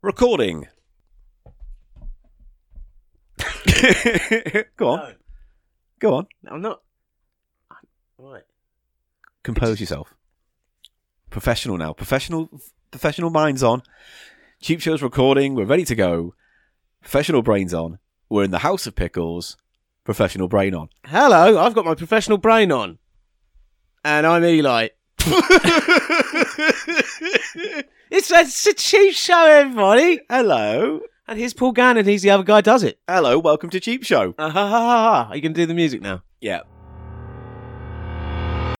Recording. go on, No, go on. no, I'm not. I'm- Right. Compose yourself. Professional now. Professional. Professional minds on. Cheap show's recording. We're ready to go. Professional brains on. We're in the house of pickles. Professional brain on. Hello, I've got my professional brain on. And I'm Eli. it's, it's a cheap show, everybody. Hello, And here's Paul Gannon, he's the other guy does it. hello. Welcome to Cheap Show. Ah, ha, ha, ha, ha. Are you going to do the music now? Yeah.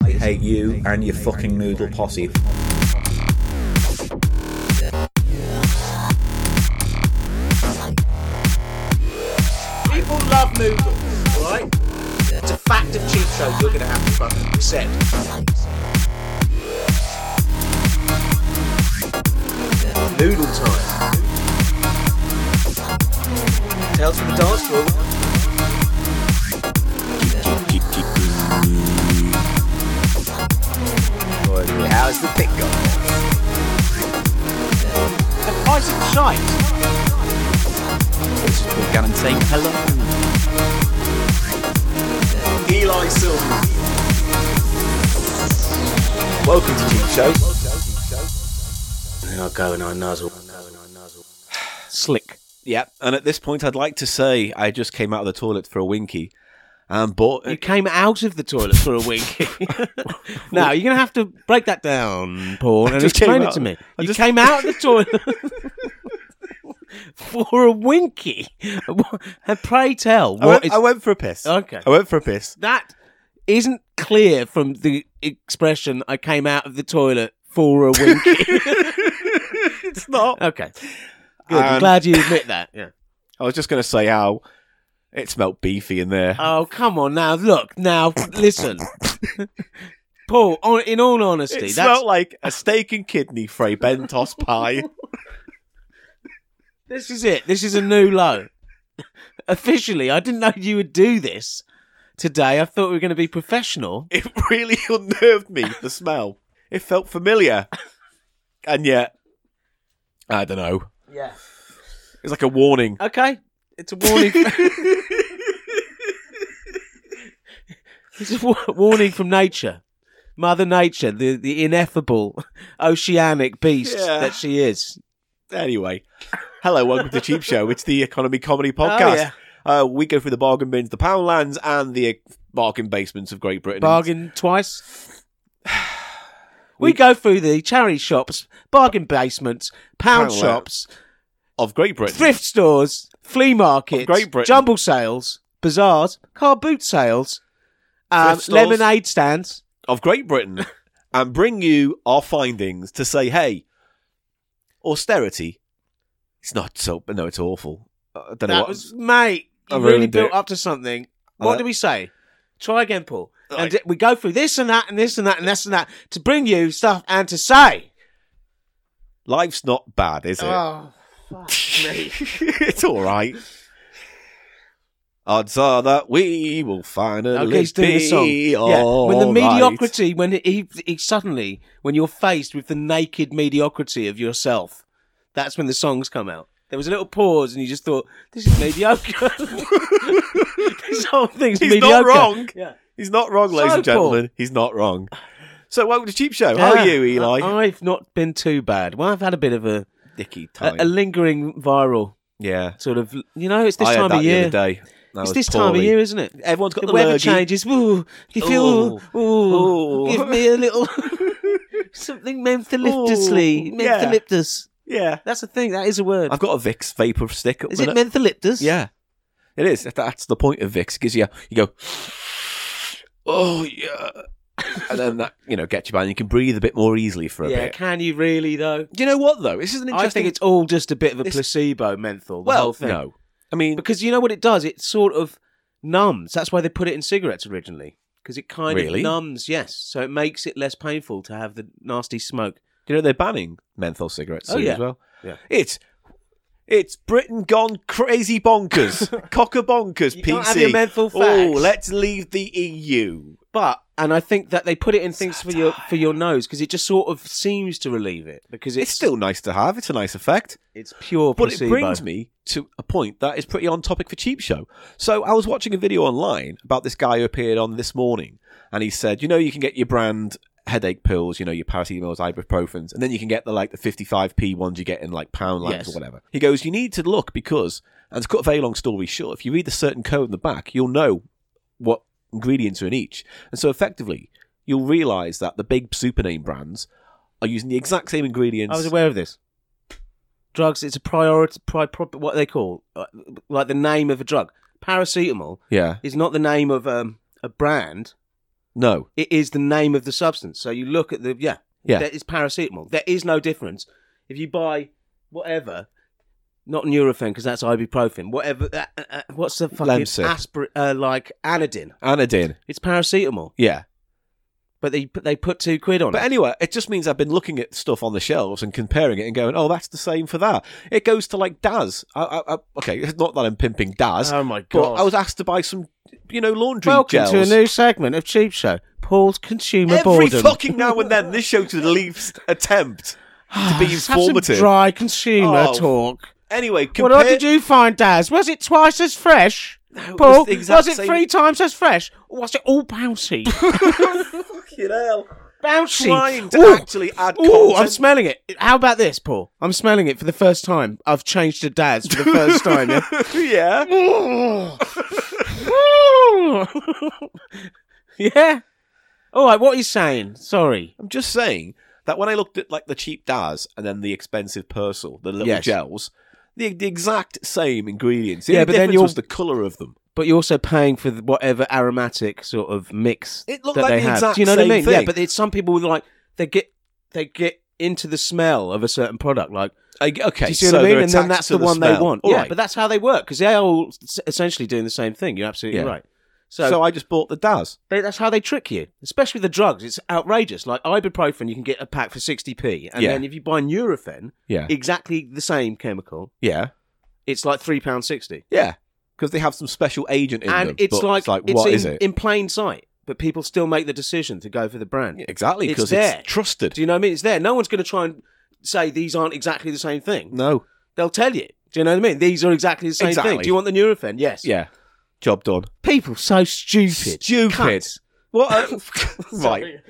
I hate you and your fucking noodle posse. People love noodles, right? It's a fact of cheap show you're gonna have to fucking accept. Noodle time. Tales from the dance floor. How's the pick going? The price of shite. Gannon saying hello. Eli Silver. Welcome to Cheap Show. And I go and I nuzzle. Slick. Yeah. And at this point, I'd like to say I just came out of the toilet for a winky, Um, and bought. You came out of the toilet for a winky. now, you're going to have to break that down, Paul, and just explain came it to out- me. I you just- came out of the toilet for a winky. and pray tell, I, what went, is. I went for a piss. Okay. I went for a piss. that isn't clear from the expression, I came out of the toilet for a winky. It's not. okay. Good. I'm Um, glad you admit that. Yeah. I was just going to say how it smelled beefy in there. Oh, come on now. Look, now, listen. Paul, on, in all honesty, it that's smelled like a steak and kidney fray bentos pie. this is it. This is a new low. Officially, I didn't know you would do this today. I thought we were going to be professional. It really unnerved me, the smell. It felt familiar. And yet, I don't know. Yeah. It's like a warning. Okay. It's a warning. it's a wa- warning from nature. Mother Nature, the, the ineffable oceanic beast Yeah. that she is. Anyway, hello, welcome to Cheap Show. It's the Economy Comedy Podcast. yeah. uh, we go through the bargain bins, the pound lands, and the uh, bargain basements of Great Britain. bargain twice. We, go through the charity shops, bargain basements, pound Pound shops, Of Great Britain. thrift stores, flea markets, Great Britain. jumble sales, bazaars, car boot sales, um, Thrift stores. lemonade stands. of Great Britain and bring you our findings to say, hey, austerity, it's not so, no, it's awful. I don't know That what. was, mate, I you really ruined built it. up to something. I What like- do we say? Try again, Paul. Like- And d- we go through this and that and this and that and this and that to bring you stuff and to say. Life's not bad, is it? Oh, fuck me. it's all right. Odds are that we will finally Okay, he's doing be the song. Yeah, all when the Oh, right. mediocrity, when he, he suddenly, when you're faced with the naked mediocrity of yourself, that's when the songs come out. There was a little pause, and you just thought, "This is mediocre." this whole thing's He's mediocre. not wrong. Yeah. He's not wrong, ladies and So, Paul. gentlemen. He's not wrong. So, welcome to Cheap Show. How are Yeah, Uh, you, Eli? I, have not been too bad. Well, I've had a bit of a Dicky a, time. a lingering viral yeah. sort of. You know, it's this I had time that of year. the other day. That It's was this time of poorly. year, isn't it? Everyone's got The the weather lurgy. changes. Ooh, you feel. Ooh, Ooh. give me a little something mentholyptusly. Ooh, yeah. Mentholyptus. Yeah. That's the thing. That is a word. I've got a Vicks vapor stick. Up is my it neck. mentholyptus? Yeah, it is. That's the point of Vicks. It Gives you you go, oh yeah, and then that you know gets you by, and you can breathe a bit more easily for a Yeah. bit. Can you really though? Do you know what though? This is an I interesting. think it's all just a bit of a This- placebo menthol. The whole well, thing. no, I mean Because you know what it does? It sort of numbs. That's why they put it in cigarettes originally. Because it kind Really? of numbs, yes. So it makes it less painful to have the nasty smoke. you know they're banning menthol cigarettes Oh, soon yeah. as well. Yeah. it's. It's Britain gone crazy bonkers, cocker bonkers, You PC. can't have your menthol oh, facts. let's leave the EU. But and I think that they put it in things for your for your nose because it just sort of seems to relieve it because it's, It's still nice to have. It's a nice effect. it's pure But placebo. it brings me to a point that is pretty on topic for Cheap Show. So I was watching a video online about this guy who appeared on this morning, and he said, you know, you can get your brand headache pills, you know, your paracetamols, ibuprofens, and then you can get the like the 55p ones you get in like Poundland Yes. or whatever. He goes, you need to look because, and to cut a very long story short, if you read the certain code in the back, you'll know what ingredients are in each. And so effectively, you'll realize that the big super name brands are using the exact same ingredients. I was aware of this. Drugs. It's a priority. Pri, pro, what they call uh, like the name of a drug. Paracetamol yeah. is not the name of um, a brand. No. It is the name of the substance. So you look at the yeah Yeah. That is paracetamol. There is no difference if you buy whatever. Not Nurofen because that's ibuprofen. Whatever. Uh, uh, uh, what's the fucking Lemsip. aspirin? Uh, like anodine. Anodine. It's paracetamol, Yeah. but they but they put two quid on But it. anyway, it just means I've been looking at stuff on the shelves and comparing it and going, "Oh, that's the same for that." It goes to like Daz. I, I, I, okay, it's not that I'm pimping Daz, Oh my but god! I was asked to buy some, you know, laundry Welcome gels. to a new segment of Cheap Show. Paul's consumer Every boredom. fucking now and then, this show to the least attempt to be Let's Ah, have some informative. dry consumer Oh, talk. Anyway, What compare. What did you find, Daz? Was it twice as fresh? it Paul, was the exact it same- three times as fresh? Or was it all bouncy? you know, bouncy. trying to Ooh. actually add Ooh, I'm content. smelling it. How about this, Paul? I'm smelling it for the first time. I've changed to Daz for the first time. Yeah? yeah, yeah. All right, what are you saying? Sorry. I'm just saying that when I looked at like the cheap Daz and then the expensive Persil, the little Yes. gels. The, the exact same ingredients. The Yeah, only but then difference you'll- was the color of them. But you're also paying for the- whatever aromatic sort of mix It looked that like they the have. exact Do you know same what I mean? Yeah, thing. but it's some people with like they get they get into the smell of a certain product. Like, I, okay, do you see so what I mean? they're And then attached that's to the, one they smell. want. All yeah, right. but that's how they work because they are all s- essentially doing the same thing. You're absolutely Yeah. right. So, so I just bought the Daz. they, that's how they trick you, especially with the drugs. It's outrageous. Like ibuprofen, you can get a pack for sixty p, and Yeah. then if you buy Nurofen, Yeah, exactly the same chemical, yeah, it's like three pound sixty. yeah. Because they have some special agent in and them. it's but like, it's like it's what in, is it? in plain sight, but people still make the decision to go for the brand. exactly it's because it's, there. trusted. Do you know what I mean? It's there. No one's going to try and say these aren't exactly the same thing. no, They'll tell you. Do you know what I mean? These are exactly the same thing. Exactly. Do you want the Nurofen? Yes. yeah, job done. People so stupid. Stupid. Cunts. What? uh, A,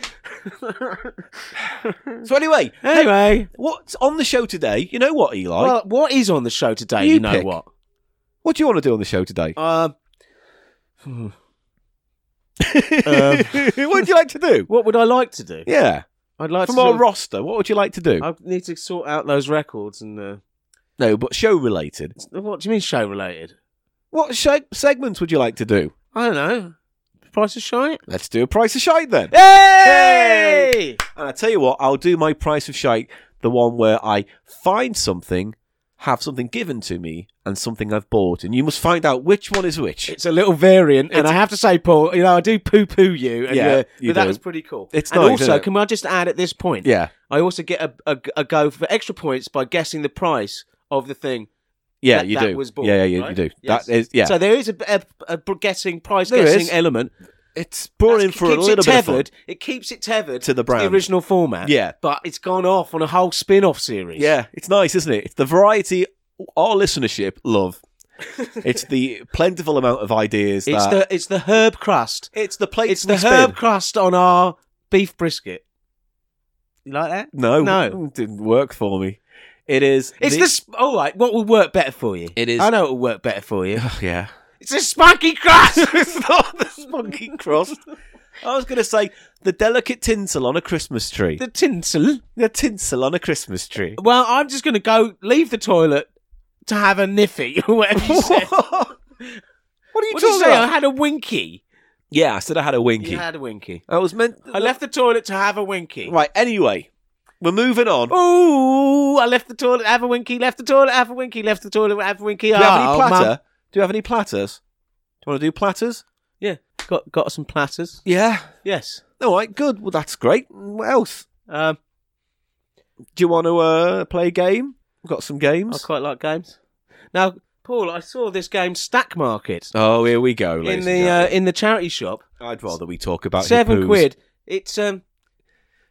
right. so anyway, Anyway, what's on the show today? You know what, Eli? well, what is on the show today? You You, know pick. what? what do you want to do on the show today? Um, what would you like to do? what would I like to do? Yeah, I'd like from to. our sort roster, what would you like to do? of- I need to sort out those records and uh, Uh, no, but show related. what do you mean show related? What show segments would you like to do? I don't know. Price of shite. Let's do a price of shite then. Hey! And I tell you what, I'll do my price of shite, the one where I find something, have something given to me, and something I've bought, and you must find out which one is which. It's a little variant, and I have to say, Paul, you know, I do poo poo you, and Yeah, yeah, you but that do. was pretty cool. It's and nice, also, isn't it? can I just add at this point? Yeah, I also get a, a, a go for extra points by guessing the price of the thing. yeah, that, you that do. Was bought, yeah, yeah, you, right? you do. Yes. That is, yeah. So there is a, a, a guessing price There guessing is. element. it's brought in It for a keeps little bit it of tethered. fun. It keeps it tethered To the brand. original format. Yeah. but it's gone off on a whole spin-off series. Yeah, it's nice, isn't it? It's the variety our listenership love. it's the plentiful amount of ideas it's that the it's the herb crust. it's the plates It's the we spin. herb crust on our beef brisket. You like that? No, No. didn't work for me. It is. It's the- this. All right, what will work better for you? It is- I know it will work better for you. Yeah. it's a spunky crust. it's not the spunky crust. I was going to say the delicate tinsel on a Christmas tree. The, the tinsel. tinsel on a Christmas tree. Well, I'm just going to go leave the toilet to have a niffy or whatever you said. what are you What did you talking say? I about? had a winky. Yeah, I said I had a winky. You had a winky. I was meant. I left the toilet to have a winky. Right. Anyway, we're moving on. Ooh, I left the toilet, have a winky, left the toilet, have a winky, left the toilet, have a winky. do you have any Oh, platter? Mum. Do you have any platters? Do you want to do platters? Yeah, got got some platters. Yeah. Yes. All right. Good. Well, that's great. What else? Um, Do you want to uh, play a game? We've got some I games. quite like games. Now, Paul, I saw this game Stack Market Oh, here we go. in ladies and the uh, gentlemen. in the charity shop. I'd rather we talk about his Seven poos. quid. It's um,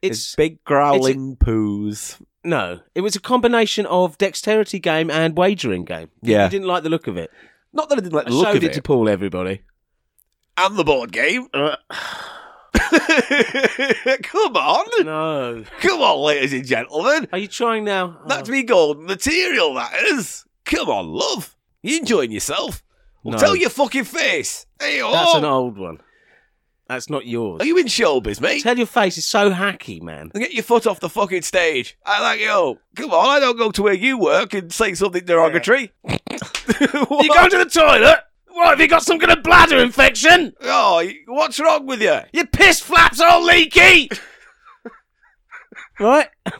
His it's big growling poos. no. It was a combination of dexterity game and wagering game. Yeah. I didn't like the look of it. Not that I didn't like the I look showed of it, Uh, it. to Paul. Everybody. and the board game. Come on. No. Come on, ladies and gentlemen. Are you trying now? That's Oh. me golden material, that is. Come on, love. You enjoying yourself? Well, No. tell your fucking face. Hey, That's an oh. old one. That's not yours. Are you in showbiz, mate? Tell your face is so hacky, man. Get your foot off the fucking stage. I like you. Come on, I don't go to where you work and say something derogatory. What? to the toilet? What have you got some kind of bladder infection? Oh, y- what's wrong with you? Your piss flaps all leaky. right?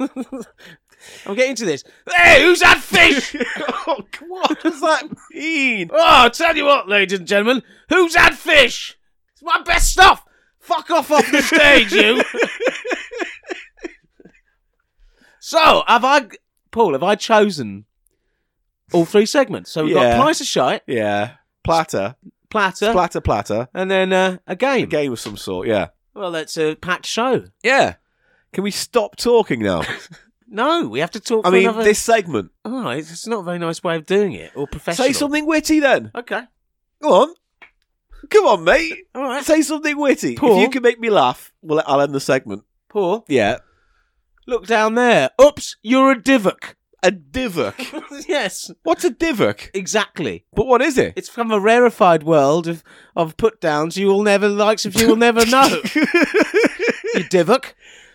I'm getting to this. Hey, who's had fish? oh, what does that mean? oh, I'll tell you what, ladies and gentlemen, who's had fish? It's my best stuff. Fuck off off the stage, you. so, have I, Paul? Have I chosen all three segments? So we've Yeah. got price of shite, Yeah, platter, platter, platter, platter. and then uh, a game. A game of some sort. Yeah, Well, that's a packed show. yeah. Can we stop talking now? No, we have to talk. I for mean, another... this segment. Oh, it's it's not a very nice way of doing it, or professional. Say something witty then. Okay. Come on. Come on, mate. All right. Say something witty. Paul? If you can make me laugh, well, I'll end the segment. Paul, Yeah. look down there. Oops, you're a divok. A divok. yes, What's a divok? exactly. But what is it? It's from a rarefied world of, of put downs you will never likes of you will never know. you divok.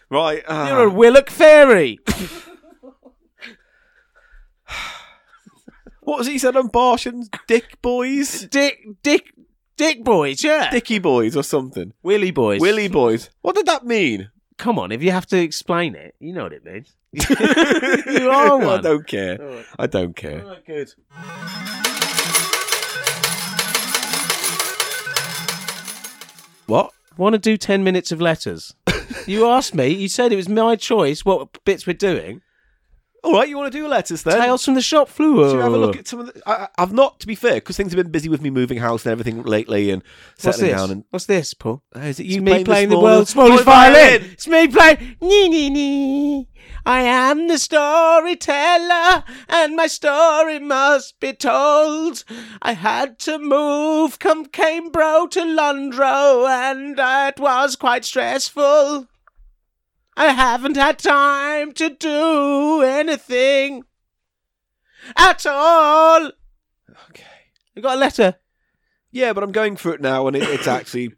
right. ah. You're a Willock fairy. What was he said on Bartian's Dick Boys? Dick Dick Dick boys, yeah. Dicky Boys or something. Willy boys. Willy Boys. What did that mean? Come on, if you have to explain it, you know what it means. you are Oh, I one. don't care. Alright. I don't care. Alright, good. What? want to do 10 minutes of letters. you asked me, you said it was my choice what bits we're doing. All right, you want to do letters then? Oh. Tales from the shop floor. Should we have a look at some of the? I, I- I've not, to be fair, because things have been busy with me moving house and everything lately, and What's settling this? down. And What's this, Paul? Uh, is it It's you me playing the, smaller- world's smallest violin. It's me playing. Nee, nee, nee. I am the storyteller, and my story must be told. I had to move from Cambro to Londro, and it was quite stressful. I haven't had time to do anything at all. Okay. I got a letter. Yeah, but I'm going for it now, and it, it's actually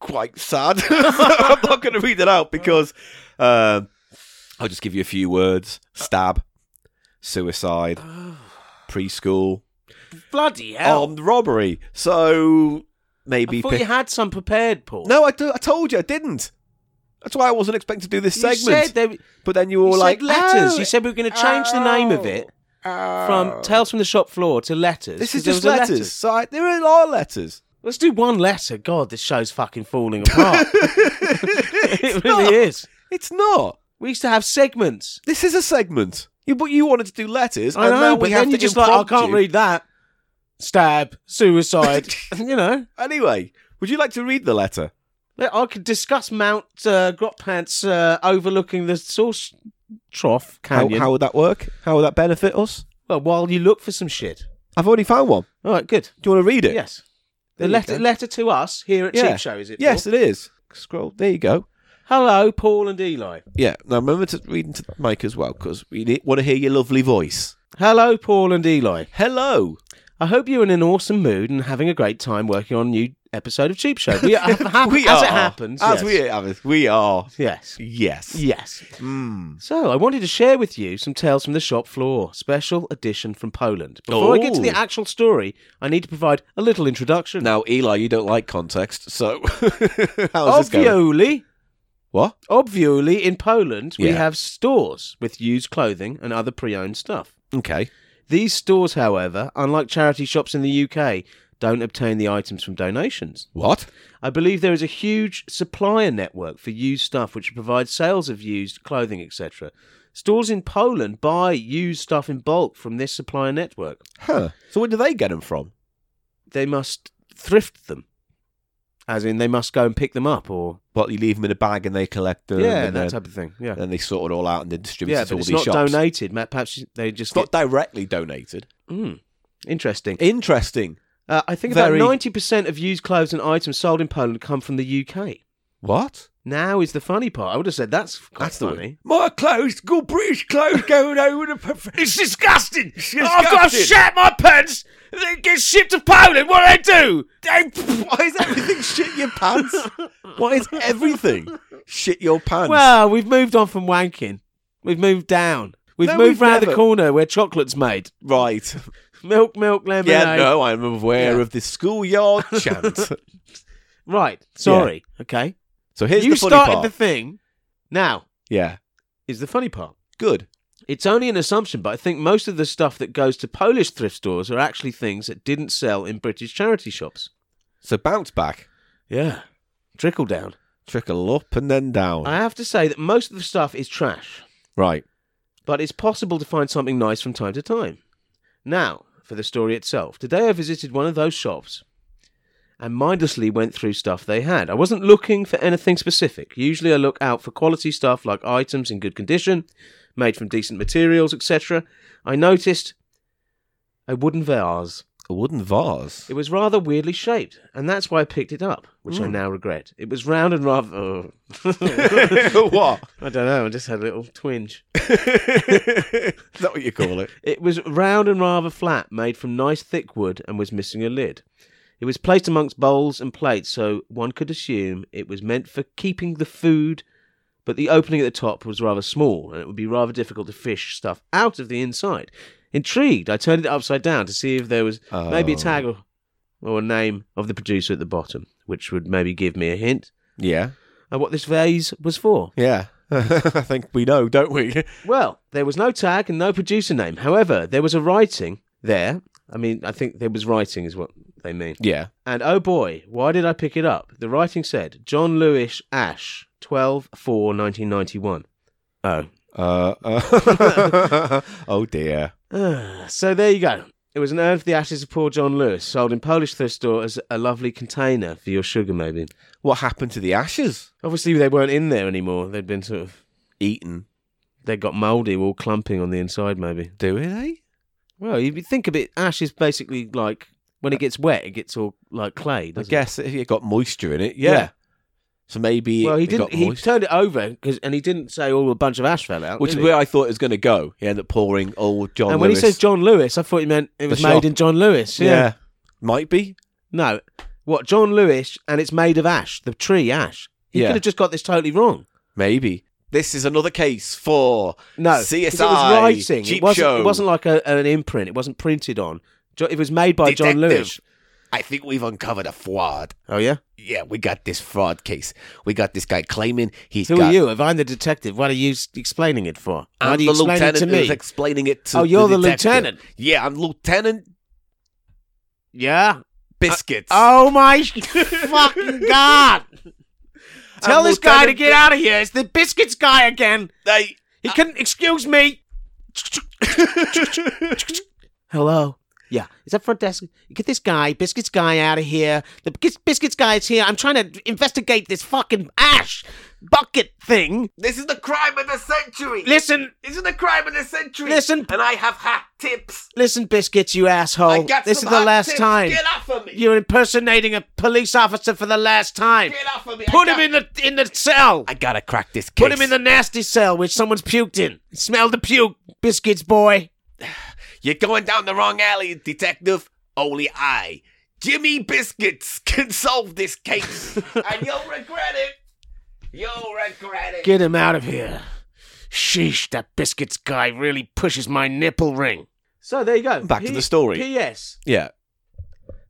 quite sad. I'm not going to read it out because um I'll just give you a few words: stab, suicide, preschool, Bloody hell! armed robbery. So maybe I thought pick- you had some prepared, Paul. no, I, do- I told you I didn't. That's why I wasn't expecting to do this you segment. said there, but then you were You said like letters. "Oh, you said we were going to change the name of it from Tales from the Shop Floor to Letters. This is 'cause there just was a letters. letter. So I, there are a lot of letters. Let's do one letter. God, this show's fucking falling apart. it really not. is. It's not. We used to have segments. This is a segment. You, but you wanted to do letters. I and now know, we but have then to you're just like, I impromptu. can't read that. Stab, suicide. you know, Anyway, would you like to read the letter? I could discuss Mount uh, Grotpants uh, overlooking the source trough How, canyon. how would that work? How would that benefit us? Well, while you look for some shit. I've already found one. All right, good. Do you want to read it? Yes. There The you letter go. letter to us here at Yeah. Cheap Show, is it? Yes, Paul? it is. Scroll. There you go. Hello, Paul and Eli. Yeah. Now remember to read into the mic as well because we want to hear your lovely voice. Hello, Paul and Eli. Hello. I hope you're in an awesome mood and having a great time working on a new episode of Cheap Show. We have, have, we as are. it happens. As yes. we have, we are. Yes. Yes. Yes. Mm. So, I wanted to share with you some tales from the shop floor, special edition from Poland. Before I get to the Ooh. actual story, I need to provide a little introduction. Now, Eli, you don't like context, so how's this going? Obviously, What? obviously, in Poland, we Yeah. have stores with used clothing and other pre owned stuff. Okay. These stores, however, unlike charity shops in the UK, don't obtain the items from donations. What? I believe there is a huge supplier network for used stuff which provides sales of used clothing, etc. Stores in Poland buy used stuff in bulk from this supplier network. Huh. So where do they get them from? They must thrift them, as in they must go and pick them up, or What you leave them in a bag and they collect them. yeah, and that then, type of thing. Yeah, then they sort it all out and then distribute yeah, it to but all it's these not shops. donated. Ma- Perhaps they just It's not directly donated. get- Mm. interesting. Interesting. Uh, I think Very- about ninety percent of used clothes and items sold in Poland come from the UK. What? Now is the funny part. I would have said that's quite That's the funny. way. My clothes, good British clothes going over the. It's disgusting. I've got disgusting. shat my pants. They get shipped to Poland. What do they do? Why is everything shit your pants? Why is everything shit your pants? Well, we've moved on from wanking. We've moved down. We've No, moved we've round the never. corner where chocolate's made. right. Milk, milk, lemonade. Yeah, no, I'm aware Yeah. of this schoolyard chant. Right. Sorry. Okay. so here's you the funny started part. the thing. Now yeah, is the funny part. good. It's only an assumption, but I think most of the stuff that goes to Polish thrift stores are actually things that didn't sell in British charity shops. So bounce back, Yeah. Trickle down. trickle up and then down. I have to say that most of the stuff is trash. right. but it's possible to find something nice from time to time. Now, for the story itself. Today I visited one of those shops and mindlessly went through stuff they had. I wasn't looking for anything specific. Usually I look out for quality stuff like items in good condition, made from decent materials, etc. I noticed a wooden vase. A wooden vase. It was rather weirdly shaped, and that's why I picked it up, which I now regret. It was round and rather. oh. what? I don't know, I just had a little twinge. Is that what you call it? It was round and rather flat, made from nice thick wood, and was missing a lid. It was placed amongst bowls and plates, so one could assume it was meant for keeping the food, but the opening at the top was rather small, and it would be rather difficult to fish stuff out of the inside. Intrigued, I turned it upside down to see if there was maybe a Oh. tag or, or a name of the producer at the bottom, which would maybe give me a hint Yeah. at what this vase was for. Yeah. I think we know, don't we? Well, there was no tag and no producer name. However, there was a writing there. I mean, I think there was writing, is what they mean. Yeah. And oh boy, why did I pick it up? The writing said John Lewis Ash, 12 4 1991. Oh. Uh, uh, oh dear. Ah, so there you go. It was an urn for the ashes of poor John Lewis, sold in Polish thrift store as a lovely container for your sugar, maybe. What happened to the ashes? Obviously, they weren't in there anymore. They'd been sort of. Eaten. They got mouldy, all clumping on the inside, maybe. Do it, eh? Well, if you think of it, ash is basically like when it gets wet, it gets all like clay. I Doesn't guess if it got moisture in it, yeah. Yeah. So maybe It? Well, it, he it didn't. got He moisture. turned it over 'cause- and he didn't say, "Oh, a bunch of ash fell out," which is did he? where I thought it was going to go. He ended up pouring old John and when Lewis. he says John Lewis, I thought he meant it was made shop. in John Lewis. Yeah. Might be. No, what John Lewis, and it's made of ash, the tree ash. He Yeah. could have just got this totally wrong. Maybe. This is another case for No, 'cause CSI. It was writing. Cheap it wasn't. show. It wasn't like a, an imprint. It wasn't printed on. Jo- It was made by John Detective. Lewis. I think we've uncovered a fraud. Oh yeah. Yeah, we got this fraud case. We got this guy claiming he's Who got. are you? If I'm the detective, what are you s- explaining it for? Why I'm do you the explain lieutenant it to me? who's explaining it to Oh, you're the detective. lieutenant. Yeah, I'm Lieutenant Yeah. Biscuits. Oh my fucking god! Tell I'm this guy to Uh, Lieutenant- get out of here. It's the biscuits guy again. They- He couldn't excuse me. Hello. Yeah, is that front desk? Get this guy, biscuits guy, out of here. The Bis- biscuits guy is here. I'm trying to investigate this fucking ash bucket thing. this is the crime of the century. Listen, This is the crime of the century. Listen- and I have hot tips. listen, biscuits, you I asshole. got This some is the hot last tips. time. Get off of me. You're impersonating a police officer for the last time. Get off of me. I Put him got- in the in the cell. I gotta crack this case. Put him in the nasty cell which someone's puked in. Smell the puke, biscuits boy. You're going down the wrong alley, detective. Only I, Jimmy Biscuits, can solve this case, and you'll regret it. You'll regret it. Get him out of here. Sheesh, that biscuits guy really pushes my nipple ring. So there you go. Back to the story. P.S. Yeah,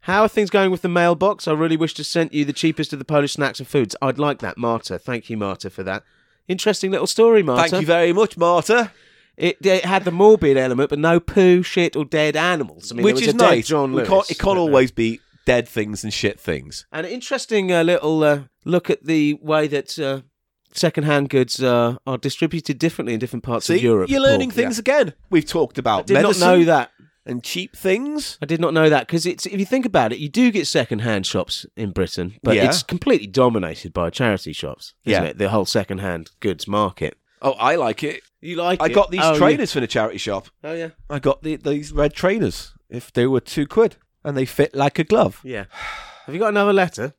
How are things going with the mailbox? I really wish to send you the cheapest of the Polish snacks and foods. I'd like that, Marta. Thank you, Marta, for that. Interesting little story, Marta. thank you very much, Marta. It, it had the morbid element, but no poo, shit, or dead animals. I mean, Which there is was a dead nice. John We Lewis. can't, it but, can't uh, always be dead things and shit things. And an interesting uh, little uh, look at the way that uh, secondhand goods uh, are distributed differently in different parts See, of Europe. you're learning Paul. things again. We've talked about I did medicine not know that. and cheap things. I did not know that because it's if you think about it, you do get second-hand shops in Britain, but Yeah. it's completely dominated by charity shops, isn't Yeah. it? The whole second-hand goods market. Oh, I like it. You like? I it? got these Oh, trainers from the charity shop. Yeah. Oh yeah, I got the, these red trainers if they were two quid and they fit like a glove. yeah. Have you got another letter?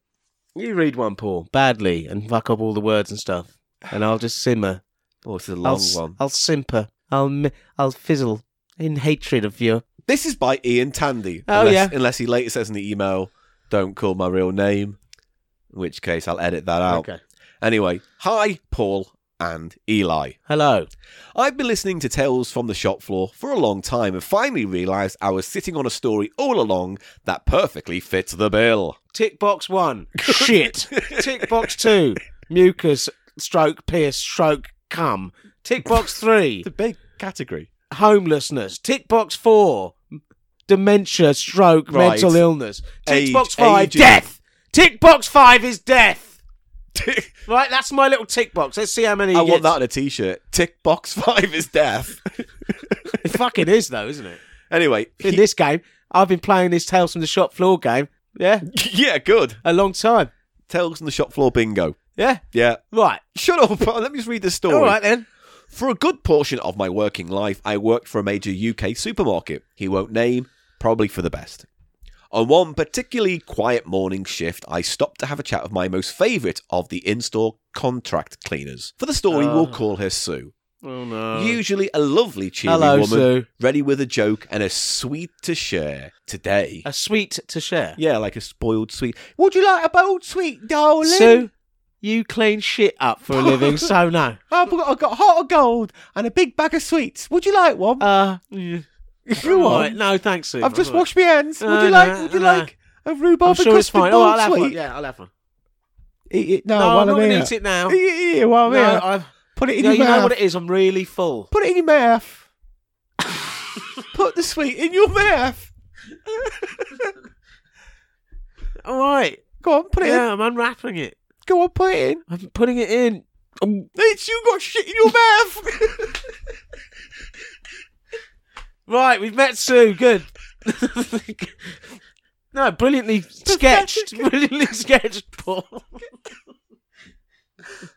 You read one, Paul, badly, and fuck up all the words and stuff, and I'll just simmer. Oh, it's a I'll, long s- one. I'll simper. I'll mi- I'll fizzle in hatred of you. This is by Ian Tandy. Oh, unless, yeah. Unless he later says in the email, "Don't call my real name," in which case I'll edit that out. Okay. Anyway, hi Paul and Eli. Hello. I've been listening to Tales from the Shop Floor for a long time and finally realised I was sitting on a story all along that perfectly fits the bill. Tick box one. Shit. Tick box two. Mucus, stroke, pierce, stroke, cum. Tick box three. It's a big category. Homelessness. Tick box four. Dementia, stroke, Right. mental illness. Tick Age, box five. ageing. Death. Tick box five is death. Right, that's my little tick box. Let's see how many. I he want that gets. on a t-shirt. Tick box five is death. It fucking is though, isn't it? anyway, In he- this game, I've been playing this Tales from the Shop Floor game. Yeah, yeah, good. a long time. Tales from the Shop Floor bingo. Yeah. Yeah. Right. Shut up. Let me just read this story. All right then. For a good portion of my working life, I worked for a major UK supermarket. He won't name, probably for the best. On one particularly quiet morning shift, I stopped to have a chat with my most favourite of the in store contract cleaners. For the story, we'll call her Sue. Oh no. Usually a lovely, cheery Hello, woman, Sue. ready with a joke and a sweet to share. Today, A sweet to share. Uh, yeah, like a spoiled sweet. Would you like a bold sweet, darling? Sue, you clean shit up for a living, so no. I've got, I've got hot or gold and a big bag of sweets. Would you like one? Uh, yeah. if All right, no, thanks, Sue. I've just All right. washed my hands. Would No, you no, like? Would you no. like a rhubarb Uh, I'm and sure it's custard fine. Oh, I'll ball have one. sweet? Oh, Yeah, I'll have one. Eat it now. No, while I'm not I'm going to here. eat it now. Eat it here while I'm no, here. I've, Put it in no, you your know mouth. what it is. I'm really full. Put it in your mouth. Put the sweet in your mouth. All right. Go on, put it in. Yeah, I'm unwrapping it. Go on, put it in. I'm putting it in. Um, It's you got shit in your mouth. right, we've met Sue. Good. no, brilliantly sketched. brilliantly sketched, Paul.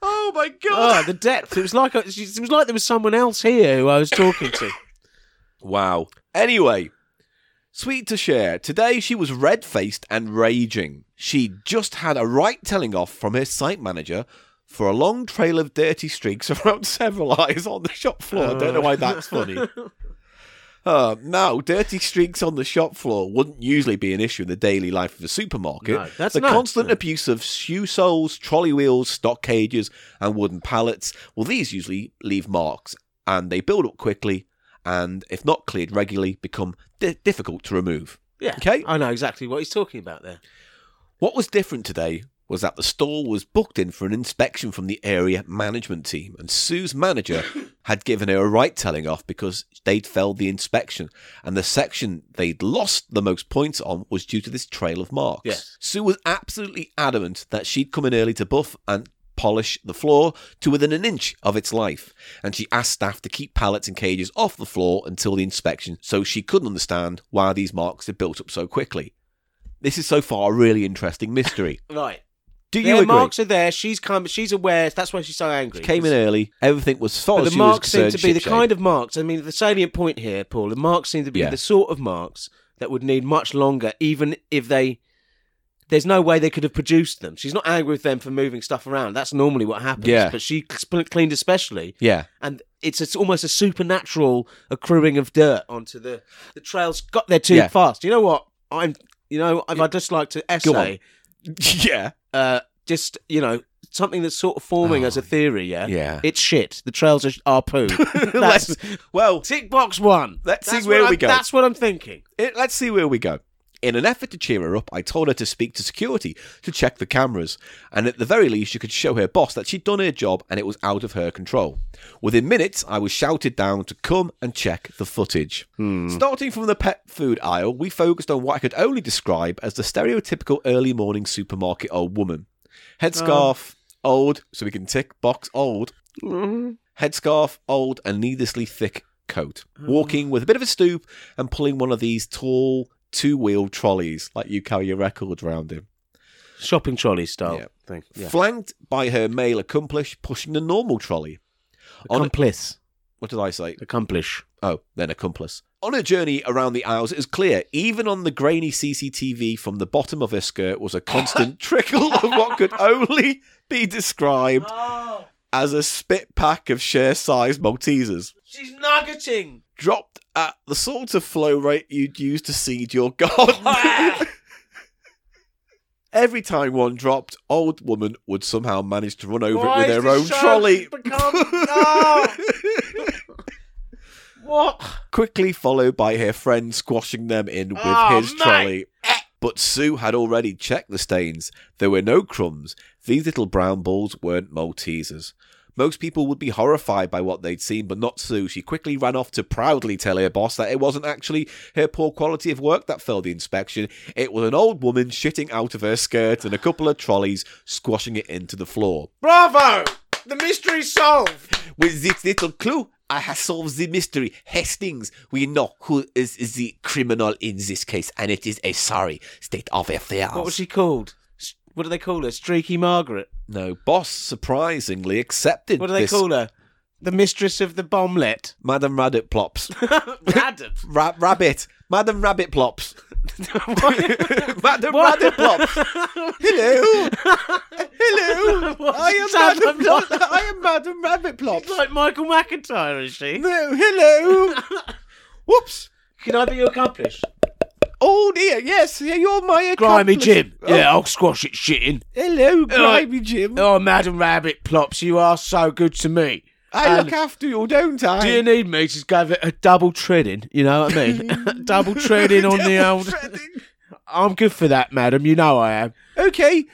oh my Oh, the depth. It was like I- it was like there was someone else here who I was talking to. Wow. Anyway, sweet to share. Today she was red faced and raging. She just had a right telling off from her site manager for a long trail of dirty streaks around several eyes on the shop floor. I don't know why that's funny. Uh, now, dirty streaks on the shop floor wouldn't usually be an issue in the daily life of a supermarket. No, that's the not. constant abuse of shoe soles, trolley wheels, stock cages, and wooden pallets. Well, these usually leave marks, and they build up quickly, and if not cleared regularly, become di- difficult to remove. Yeah. Okay. I know exactly what he's talking about there. What was different today was that the store was booked in for an inspection from the area management team, and Sue's manager had given her a right telling off because they'd failed the inspection, and the section they'd lost the most points on was due to this trail of marks. Yes. Sue was absolutely adamant that she'd come in early to buff and polish the floor to within an inch of its life, and she asked staff to keep pallets and cages off the floor until the inspection so she couldn't understand why these marks had built up so quickly. This is so far a really interesting mystery. Right. Do Their you agree? marks are there. She's come. She's aware. That's why she's so angry. Came in early. Everything was solid. But the marks seem to be the kind of marks. I mean, the salient point here, Paul. The marks seem to be Yeah. the sort of marks that would need much longer, even if they. There's no way they could have produced them. She's not angry with them for moving stuff around. That's normally what happens. Yeah. But she sp- cleaned especially, yeah. and it's, it's almost a supernatural accruing of dirt onto the the trails. Got there too Yeah. fast. You know what? I'm. You know, I'd I'd just like to essay yeah. uh, just you know something that's sort of forming as a theory. Yeah, Oh, yeah. It's shit. The trails are, are poo. that's Let's, well, tick box one. Let's see That's where what we I'm- go. That's what I'm thinking. it- Eh, let's see where we go. In an effort to cheer her up, I told her to speak to security to check the cameras, and at the very least, she could show her boss that she'd done her job and it was out of her control. Within minutes, I was shouted down to come and check the footage. Starting from the pet food aisle, we focused on what I could only describe as the stereotypical early morning supermarket old woman headscarf, old, so we can tick box old. Mm-hmm. Headscarf, old, and needlessly thick coat. Walking with a bit of a stoop and pulling one of these tall two wheeled trolleys like you carry your records round in. Shopping trolley style Yeah. thing. Yeah. Flanked by her male accomplice pushing the normal trolley. On a, Accomplice. what did I say? Accomplish. Oh, then accomplice. On her journey around the aisles, it was clear, even on the grainy CCTV from the bottom of her skirt, was a constant trickle of what could only be described Oh, as a spit pack of share sized Maltesers, she's nuggeting. dropped at the sort of flow rate you'd use to seed your Ah! garden. Every time one dropped, old woman would somehow manage to run over Why it with has her this own show trolley. become- No. What? quickly followed by her friend squashing them in with Oh, his mate. trolley. But Sue had already checked the stains. There were no crumbs. These little brown balls weren't Maltesers. Most people would be horrified by what they'd seen, but not Sue. She quickly ran off to proudly tell her boss that it wasn't actually her poor quality of work that failed the inspection. It was an old woman shitting out of her skirt and a couple of trolleys squashing it into the floor. Bravo! The mystery solved. With this little clue, I have solved the mystery. Hastings, we know who is the criminal in this case, and it is a sorry state of affairs. What was she called? S- What do they call her? Streaky Margaret. No, boss surprisingly accepted What do they this. call her? The mistress of the bomblet. Madam Rabbit plops. Adam. Ra- rabbit. Madam Rabbit plops. Madam Rabbit plops. Hello. Hello. I am Madam, I am Madam Rabbit plops. like Michael McIntyre, is she? No, hello. Whoops. Can I be your accomplice? Oh dear, yes, yeah, you're my Grimy accomplice. Jim. Oh, Yeah, I'll squash it shitting. Hello, Grimy Jim. Oh, Madam Rabbit Plops, you are so good to me. I and- look after uh, you, don't I? Do you need me to give it a double treading? You know what I mean? double treading on the old. I'm good for that, madam. You know I am. okay,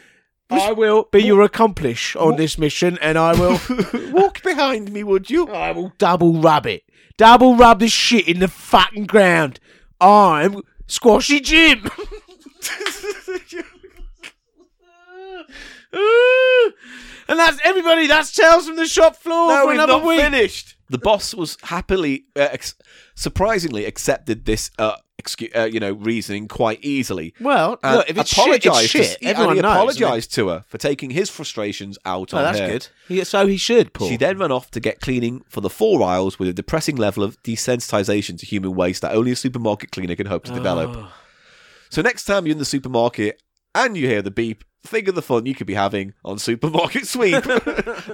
I will be your accomplice on this mission, and I will walk behind me, would you? I will double rub it. Double rub this shit in the fucking ground. I'm Squashy Jim. and that's everybody. That's Tales from the Shop Floor for another week. finished. The boss was happily, uh, ex- surprisingly, accepted this, uh, excu- uh, you know, reasoning quite easily. Well, And look, if it's shit, apologised it's shit. Uh, To, and Everyone he knows. apologized to her for taking his frustrations out Oh, on that's her. good. He, so he should, Paul. She then ran off to get cleaning for the four aisles with a depressing level of desensitization to human waste that only a supermarket cleaner can hope to develop. So next time you're in the supermarket and you hear the beep, think of the fun you could be having on supermarket sweep.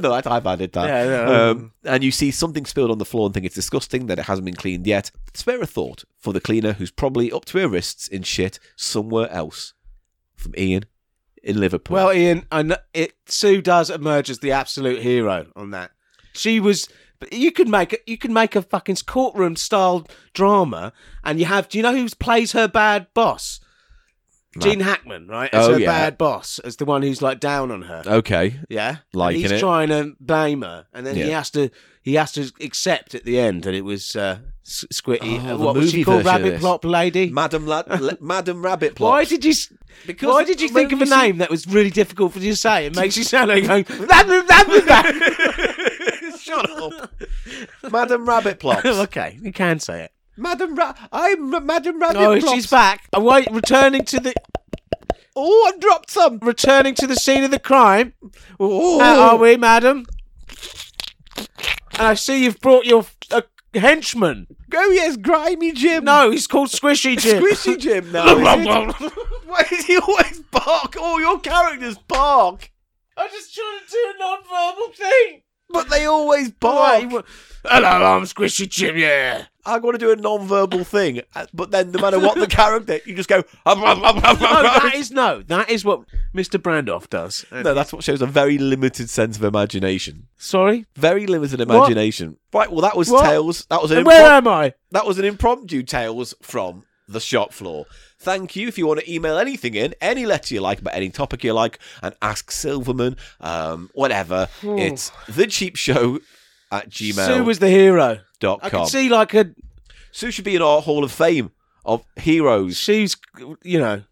no, I, I've added that. Yeah, yeah. Um, and you see something spilled on the floor and think it's disgusting that it hasn't been cleaned yet. Spare a thought for the cleaner who's probably up to her wrists in shit somewhere else. From Ian in Liverpool. Well, Ian, I know it Sue does emerge as the absolute hero on that. She was. but You could make a, you could make a fucking courtroom style drama, and you have. Do you know who plays her bad boss? Gene Hackman, right? As Oh, her yeah. bad boss, as the one who's like down on her. okay. Yeah, Liking he's it. trying to blame her, and then he Yeah. has to he has to accept at the end that it was uh, S- Squitty. Oh, the uh, what was she movie called? version of Rabbit this. Plop Lady. Madam, La- Le- Madam Rabbit Plot. Why did you? s- Because why did you when think of a you see- name that was really difficult for you to say? It makes you sound like you're going. "That move, that move, that." Shut up. Madam Rabbit Plops. okay, you can say it. Madam Ra- I'm Ra- Madam Rabbit Oh, Plops. she's back. Oh, Wait, returning to the Oh, I've dropped some. returning to the scene of the crime. Oh. How Uh, are we, madam? And I see you've brought your uh, henchman. Oh, yes, Grimy Jim. No, he's called Squishy Jim. Squishy Jim now. is it? Why does he always bark? All your characters bark. I'm just trying to do a non-verbal thing. But they always Why? bark. He wa- Hello, I'm Squishy Jim. Yeah. I want to do a non-verbal thing, uh, but then no matter what the character, you just go. "Ah, rah, rah, rah, No, rah, rah." that is no. That is what Mr. Brandoff does. And- No, that's what shows a very limited sense of imagination. Sorry. Very limited imagination. Right. Well, that was What? tales. That was an And where improv- am I? That was an impromptu tales from the shop floor. Thank you. If you want to email anything in, any letter you like about any topic you like, and ask Silverman, um, whatever, it's thecheapshow at Hmm. Sue gmail.com. was the hero. I Sue, could see like a Sue should be in our Hall of Fame of heroes. she's you know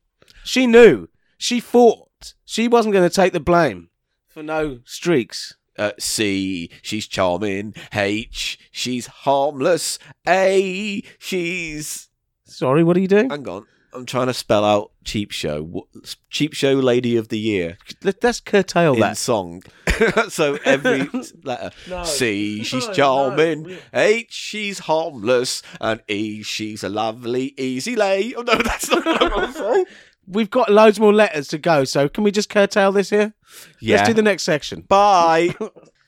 she knew she fought. She wasn't going to take the blame for no streaks. Uh, C, she's charming. H, she's harmless. A, she's. Sorry, what are you doing? Hang on. I'm trying to spell out Cheap Show. What- Cheap Show Lady of the Year Let, us curtail in that. song. so every letter. No. C, she's No, charming. no. H, she's harmless. And E, she's a lovely, easy lay. Oh, no, that's not what I want to say. We've got loads more letters to go, so can we just curtail this here? Yeah. Let's do the next section. Bye.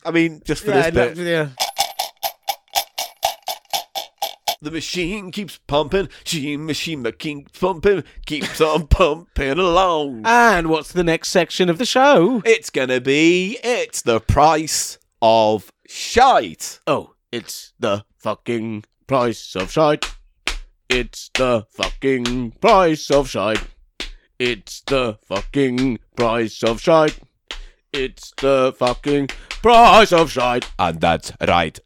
I mean, just for this bit. yeah. The machine keeps pumping. She machine that keeps pumping. Keeps on pumping along. And what's the next section of the show? It's gonna be. It's the price of shite. Oh, it's the fucking price of shite. It's the fucking price of shite. It's the fucking price of shite. It's the fucking price of shite. And that's right.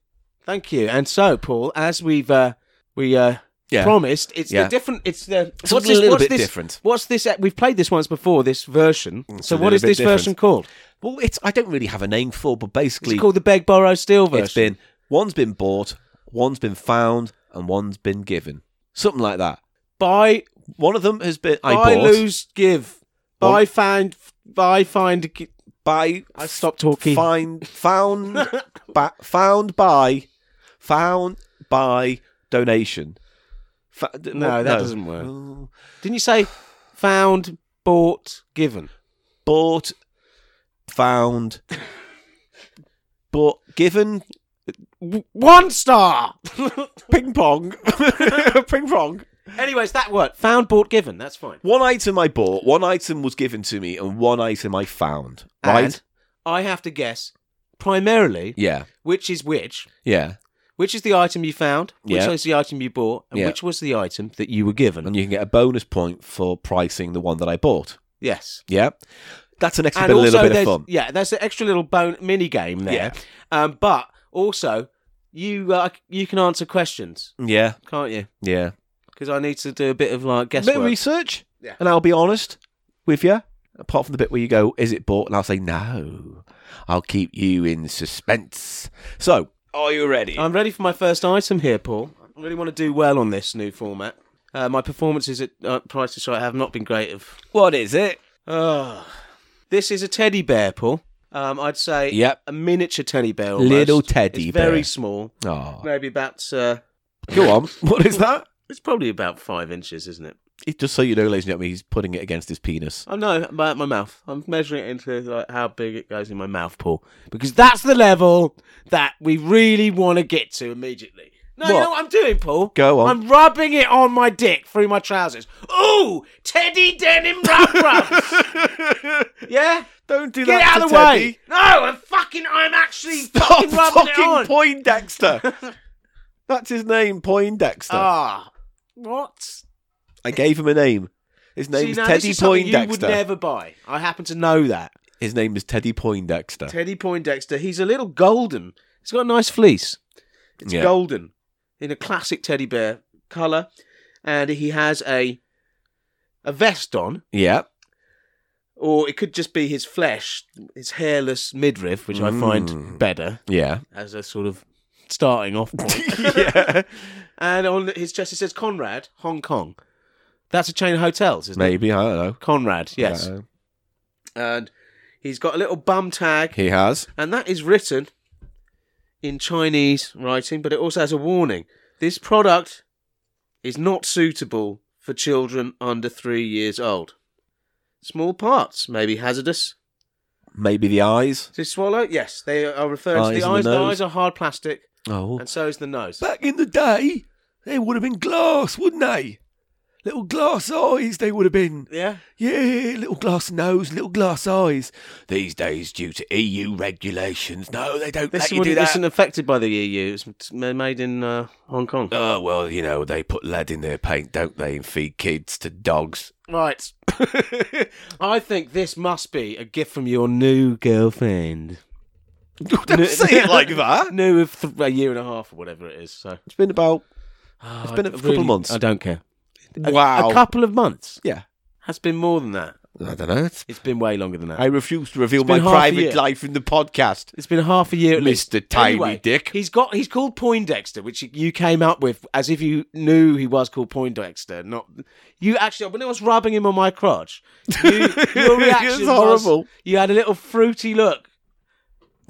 Thank you. And so, Paul, as we've uh, we uh, Yeah. promised, it's Yeah. the different. It's the It's a little bit different. What's this? uh, We've played this once before. This version. so, a what little is bit this different. version called? Well, it's. I don't really have a name for, but It's basically, called the Beg Borrow Steal version. it's been one's been bought, one's been found, and one's been given. Something like that. buy, One of them has been. I, buy, bought. lose, give. Buy, One- find, buy, find. gi- By I stopped talking. Find found ba- found by found by donation. Fa- d- No, what- that doesn't work. Oh. Didn't you say found, bought, given? Bought, found, bought, given. W- One star. Ping pong, ping pong. Anyways, that worked. Found, bought, given. That's fine. One item I bought, one item was given to me, and one item I found. Right? And I have to guess primarily yeah, which is which. yeah. Which is the item you found? Which Yeah. is the item you bought? And Yeah. which was the item that you were given? And you can get a bonus point for pricing the one that I bought. yes. Yeah, that's an extra and bit, a also, little bit of there's, fun. yeah, there's an extra little bone mini game there. Yeah. Um, but also, you uh, you can answer questions, Yeah, can't you? yeah. Because I need to do a bit of like bit of guesswork. research, Yeah. and I'll be honest with you. Apart from the bit where you go, "Is it bought?" and I'll say, "No." I'll keep you in suspense. So, Uh, are you ready? I'm ready for my first item here, Paul. I really want to do well on this new format. Uh, my performances at uh, Price is Right have not been great. Of what is it? Ah. this is a teddy bear, Paul. Um, I'd say Yep. a miniature teddy bear. Almost. Little teddy It's Very bear. small. Oh, Maybe about. Uh, go on. what is that? it's probably about five inches, isn't it? It- Just so you know, ladies and gentlemen, he's putting it against his penis. Oh no, my, my mouth. I'm measuring it into like how big it goes in my mouth, Paul, because that's the level that we really want to get to immediately. No, you What? know what I'm doing, Paul? Go on. I'm rubbing it on my dick through my trousers. Ooh, Teddy Denim Rub Rubs. yeah, Don't do get out of the way. No, I'm fucking. I'm actually fucking rubbing it on. Poindexter. That's his name, Poindexter. ah, what? I gave him a name. His name See, is now, Teddy this is something You would Poindexter. never buy. I happen to know that. His name is Teddy Poindexter. Teddy Poindexter. He's a little golden. He's got a nice fleece. It's Yeah. golden in a classic teddy bear color, and he has a a vest on, yeah. or it could just be his flesh, his hairless midriff, which I Mm. find better Yeah. as a sort of starting off point. yeah. and on his chest it says Conrad, Hong Kong. That's a chain of hotels, isn't it? Maybe, I don't know. Conrad, yes. Uh, And he's got a little bum tag. he has. and that is written in Chinese writing, but it also has a warning. This product is not suitable for children under three years old. Small parts may be hazardous. Maybe the eyes. To swallow, yes, they are referring Eyes to the and eyes. the The nose. eyes are hard plastic, Oh. and so is the nose. Back in the day, they would have been glass, wouldn't they? Little glass eyes, they would have been. yeah, Yeah, little glass nose, little glass eyes. These days, due to EU regulations, no, they don't this let you do wouldn't- that. this isn't affected by the EU. It's m- made in uh, Hong Kong. Oh, well, you know, they put lead in their paint, don't they, and feed kids to dogs. Right. I think this must be a gift from your new girlfriend. don't say it like that. New of th- a year and a half or whatever it is. So It's been about. it's been a couple of months. Ah, I don't care. A, Wow. a couple of months Yeah. has been more than that. I don't know. It's, It's been way longer than that. I refuse to reveal my been half a year. private life in the podcast. It's been half a year at least. Mr. Tiny Anyway, Dick. He's got. He's called Poindexter, which you came up with as if you knew he was called Poindexter. Not you actually. When I was rubbing him on my crotch, you, your reaction It's horrible. was- you had a little fruity look.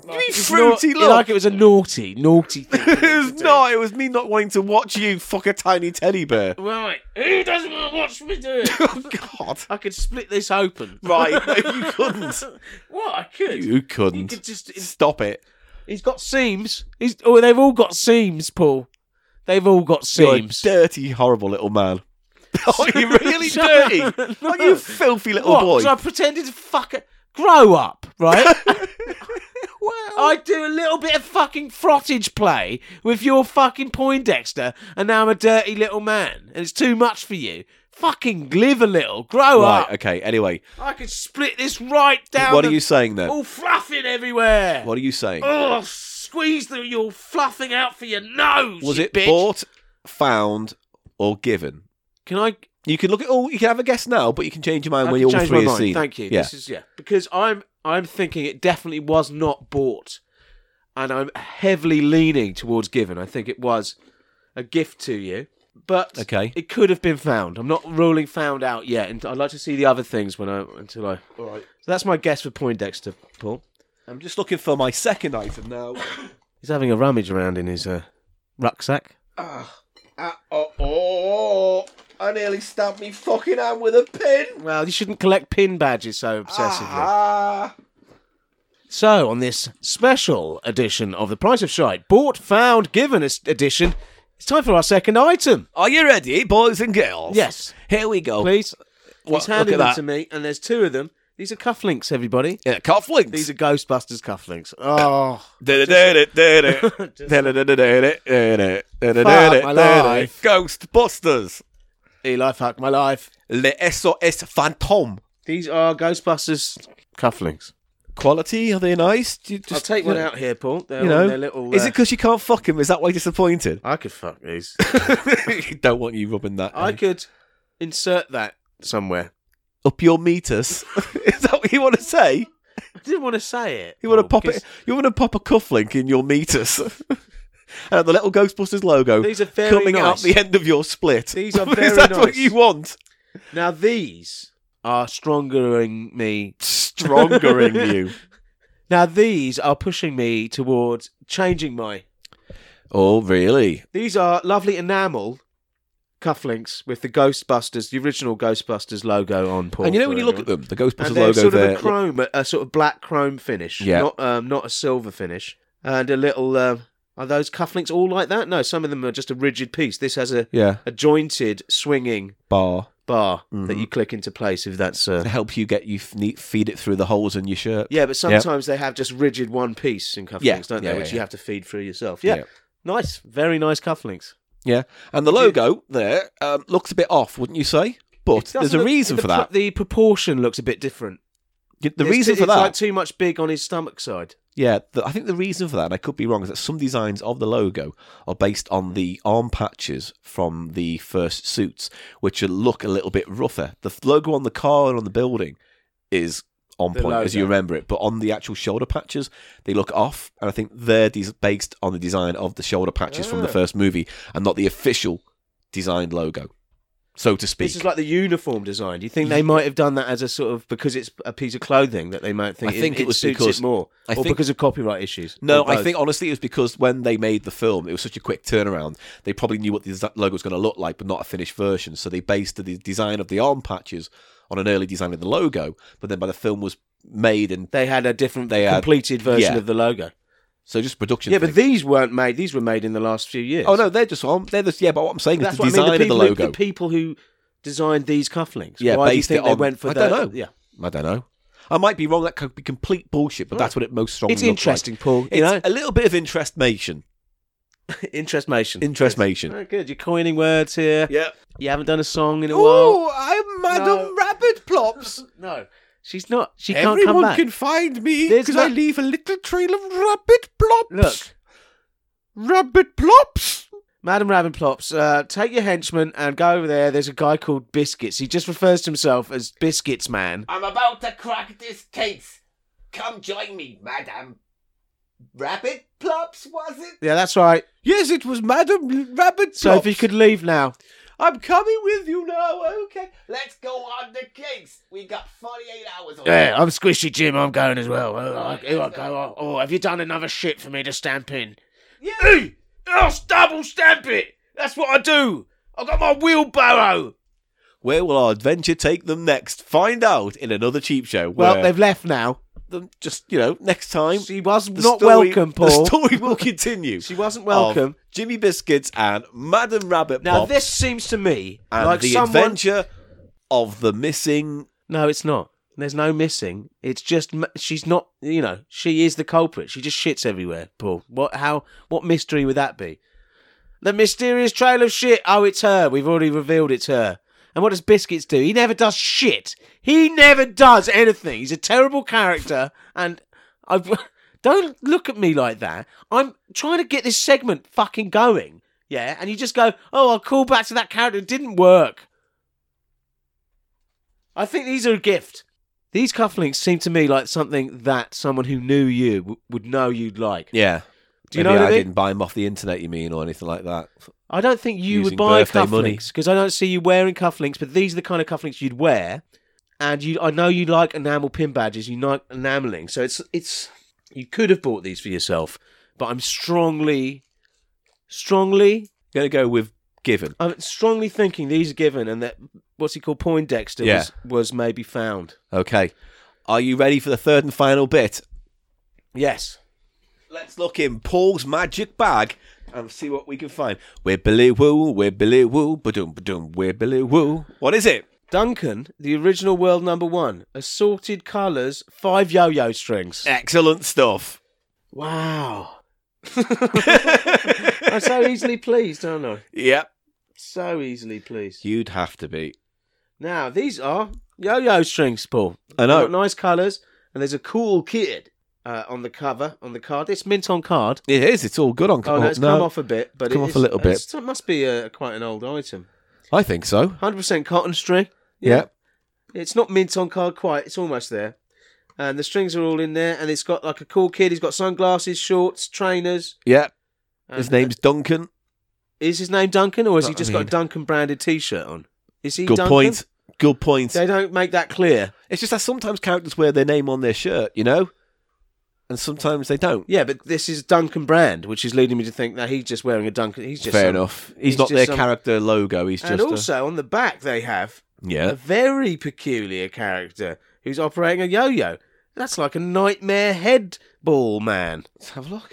Like, mean it was fruity nau- look? Like it was a naughty, naughty thing. it was not. It was me not wanting to watch you fuck a tiny teddy bear. Right. Who doesn't want to watch me do it? Oh God! I could split this open. Right? No, you couldn't. What I could. You You couldn't. could just. Stop it. He's got seams. He's oh, they've all got seams, Paul. They've all got You're a seams. dirty, horrible little man. Are you really Shut dirty? up. Are you filthy little what? boy? So I pretended to fuck it. Grow up, right? I do a little bit of fucking frottage play with your fucking Poindexter, and now I'm a dirty little man, and it's too much for you. Fucking live a little, grow Right. up. Okay. Anyway, I could split this right down. what are the- you saying then? All fluffing everywhere. What are you saying? Oh, squeeze the you're fluffing out for your nose. Was you it bitch. bought, found, or given? Can I You can look at all. You can have a guess now, but you can change your mind I when can all change three my are mind. seen. Thank you. Yeah. This is yeah because I'm I'm thinking it definitely was not bought, and I'm heavily leaning towards given. I think it was a gift to you, but Okay. it could have been found. I'm not ruling found out yet, and I'd like to see the other things when I until I. All right. So that's my guess for Poindexter. Paul. I'm just looking for my second item now. He's having a rummage around in his uh, rucksack. Ah, oh, oh, I nearly stabbed me fucking hand with a pin. Well, you shouldn't collect pin badges so obsessively. Ah. So, on this special edition of The Price of Shite, bought, found, given es- edition, it's time for our second item. Are you ready, boys and girls? Yes. Here we go. Please, What- he's handed look them at to that. me, and there's two of them. These are cufflinks, everybody. Yeah, cufflinks. These are Ghostbusters cufflinks. Oh, Fuck my life. Ghostbusters. Eli, fuck my life. Le SOS Phantom. These are Ghostbusters cufflinks. Quality? Are they nice? Do you I'll just- take one out here, Paul. They're, You know, they're little. is uh, it because you can't fuck him? Is that why you're disappointed? I could fuck these. Don't want you rubbing that I eh? could insert that somewhere. up your meters. is that what you want to say? I didn't want to say it. You want to Paul, pop because it? You want to pop a cufflink in your meters? and the little Ghostbusters logo These are very coming nice. out the end of your split. These are very Is that what nice. you want? Now these are strongering me. Strongering you. Now these are pushing me towards changing my. Oh, really? These are lovely enamel cufflinks with the Ghostbusters, the original Ghostbusters logo on. Paul and you know for when you look at everyone. them, the Ghostbusters Oh, and they're logo sort of there. a chrome, a, a sort of black chrome finish, Yeah. not um, not a silver finish, and a little. Um, are those cufflinks all like that? No, some of them are just a rigid piece. This has a yeah, a jointed swinging bar bar that Mhm. you click into place if that's uh, to help you get you f- ne- feed it through the holes in your shirt. Yeah, but sometimes they have just rigid one piece in cufflinks, Yeah, don't they? yeah, which yeah. you have to feed through yourself. Yeah. Yeah. Nice. Very nice cufflinks. Yeah, and the logo there um, looks a bit off, wouldn't you say? But there's Doesn't a look- reason the for pro- that. The proportion looks a bit different. The, It's reason too- for it's that, like too much big on his stomach side. yeah, the, I think the reason for that, and I could be wrong, is that some designs of the logo are based on the arm patches from the first suits, which look a little bit rougher. The f- logo on the car and on the building is on The point as logo. you remember it, but on the actual shoulder patches, they look off, and I think they're des- based on the design of the shoulder patches from the Ah. first movie and not the official designed logo, so to speak. This is like the uniform design. Do you think they might have done that as a sort of because it's a piece of clothing that they might think, I think it, it was suits because- it more, I or think- because of copyright issues? No, Or both? I think honestly it was because when they made the film, it was such a quick turnaround. They probably knew what the desi- logo was going to look like, but not a finished version. So they based the de- design of the arm patches on an early design of the logo. But then by the film was made, and they had a different, They had- completed version yeah. of the logo. so just production. Yeah, but thing. these weren't made. These were made in the last few years. oh no, they're just on. They're just yeah. But what I'm saying That's is the what design I mean. The people, of the logo. Who, the people who designed these cufflinks. Yeah, Why do you based it think they on- went for I that? don't know. Yeah, I don't know. I might be wrong. That could be complete bullshit, but that's what it most strongly. it's looked interesting, Paul. Like. You It's a know, little bit of interestmation. interestmation. Interestmation. Oh, good. You're coining words here. Yeah. You haven't done a song in a while. Oh, I'm Madam No. Rabbit Plops. No, she's not. She can't come Everyone back. can find me There's because I no- leave a little trail of rabbit plops. Look. rabbit plops. Madam Ravenplops, uh, take your henchman and go over there. There's a guy called Biscuits. He just refers to himself as Biscuits Man. I'm about to crack this case. Come join me, madam. Rabbit plops, was it? Yeah, that's right. Yes, it was Madam Rabbit. So if you could leave now. I'm coming with you now. Okay, let's go on the case. We got 48 hours. on Yeah, I'm Squishy Jim. I'm going as well. Oh, I- Here I go. Oh, have you done another shit for me to stamp in? Yeah. Hey, I'll double stamp it. That's what I do. I've got my wheelbarrow. Where will our adventure take them next? Find out in another cheap show. Well, where they've left now. them just you know next time. She was the not story- welcome, The Paul. story will continue. she wasn't of welcome. Jimmy Biscuits and Madam Rabbit Now Pop this seems to me and like the someone. adventure of the missing. No, it's not. There's no missing. It's just m- she's not. You know, she is the culprit. She just shits everywhere. Paul, what? How? What mystery would that be? The mysterious trail of shit. Oh, it's her. We've already revealed it's her. And what does Biscuits do? He never does shit. He never does anything. He's a terrible character. And I don't look at me like that. I'm trying to get this segment fucking going. Yeah, and you just go, oh, I'll call back to that character. It didn't work. I think these are a gift. These cufflinks seem to me like something that someone who knew you w- would know you'd like. Yeah. Do you Maybe know I what I mean? didn't buy them off the internet? You mean, or anything like that? I don't think you Using would buy birthday money. cufflinks because I don't see you wearing cufflinks. But these are the kind of cufflinks you'd wear, and you. I know you like enamel pin badges. You like enameling, so it's it's. You could have bought these for yourself, but I'm strongly, strongly, Gonna go with given. I'm strongly thinking these are given, and that what's he called Poindexter Yeah. was, was maybe found. Okay. Are you ready for the third and final bit? Yes. Let's look in Paul's magic bag and see what we can find. We're Billy Woo, we're Billy Woo, ba-doom, ba-doom, we're Billy Woo. What is it? Duncan, the original world number one, assorted colours, five yo-yo strings. Excellent stuff. Wow. I'm so easily pleased, aren't I? Yep. So easily pleased. You'd have to be. Now, these are yo-yo strings, Paul. I They've know. got nice colours, and there's a cool kid uh, on the cover, on the card. It's mint on card. It is. It's all good on Oh, no, it's come off a bit, but It's come it off is- a little it's- It must be uh quite an old item. I think so. 100% cotton string. Yep. It's not mint on card quite. It's almost there. And the strings are all in there. And it's got like a cool kid. He's got sunglasses, shorts, trainers. Yep. And- uh, His name's Duncan. is his name Duncan, or has he Duncan. just got a Duncan branded T-shirt on? Is he Good Duncan? point. Good point. They don't make that clear. It's just that sometimes characters wear their name on their shirt, you know? And sometimes they don't. Yeah, but this is Duncan brand, which is leading me to think that he's just wearing a Duncan. He's just Fair some- enough. He's, he's not just their some- character logo. He's And just also on the back they have a, a yeah. very peculiar character who's operating a yo-yo. That's like a nightmare head ball man. Let's have a look.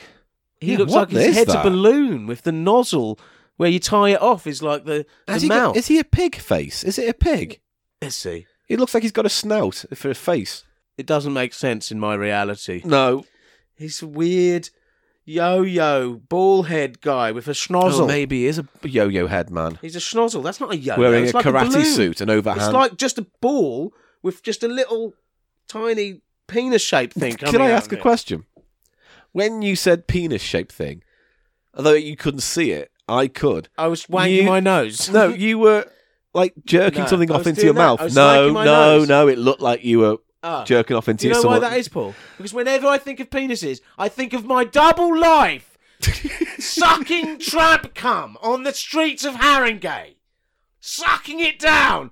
He Yeah, looks what like his is head's that? a balloon with the nozzle where you tie it off is like the, the Has he got- mouth. is he a pig face? Is it a pig? Let's see. It looks like he's got a snout for a face. It doesn't make sense in my reality. No. He's a weird yo-yo ball head guy with a schnozzle. Oh, maybe he is a yo-yo head man. He's a schnozzle. That's not a yo-yo. Wearing it's a like karate balloon. suit and overhand. It's like just a ball with just a little tiny penis-shaped thing. Can coming I out ask of a it. question? When you said penis shaped thing, although you couldn't see it, I could. I was wanking You- my nose. No, you were like jerking No, something I off was into doing your that. mouth. I was No, smacking my no, nose. no. It looked like you were Ah. jerking off into Do you know someone. why that is, Paul? Because whenever I think of penises, I think of my double life sucking tramp cum on the streets of Haringey, sucking it down.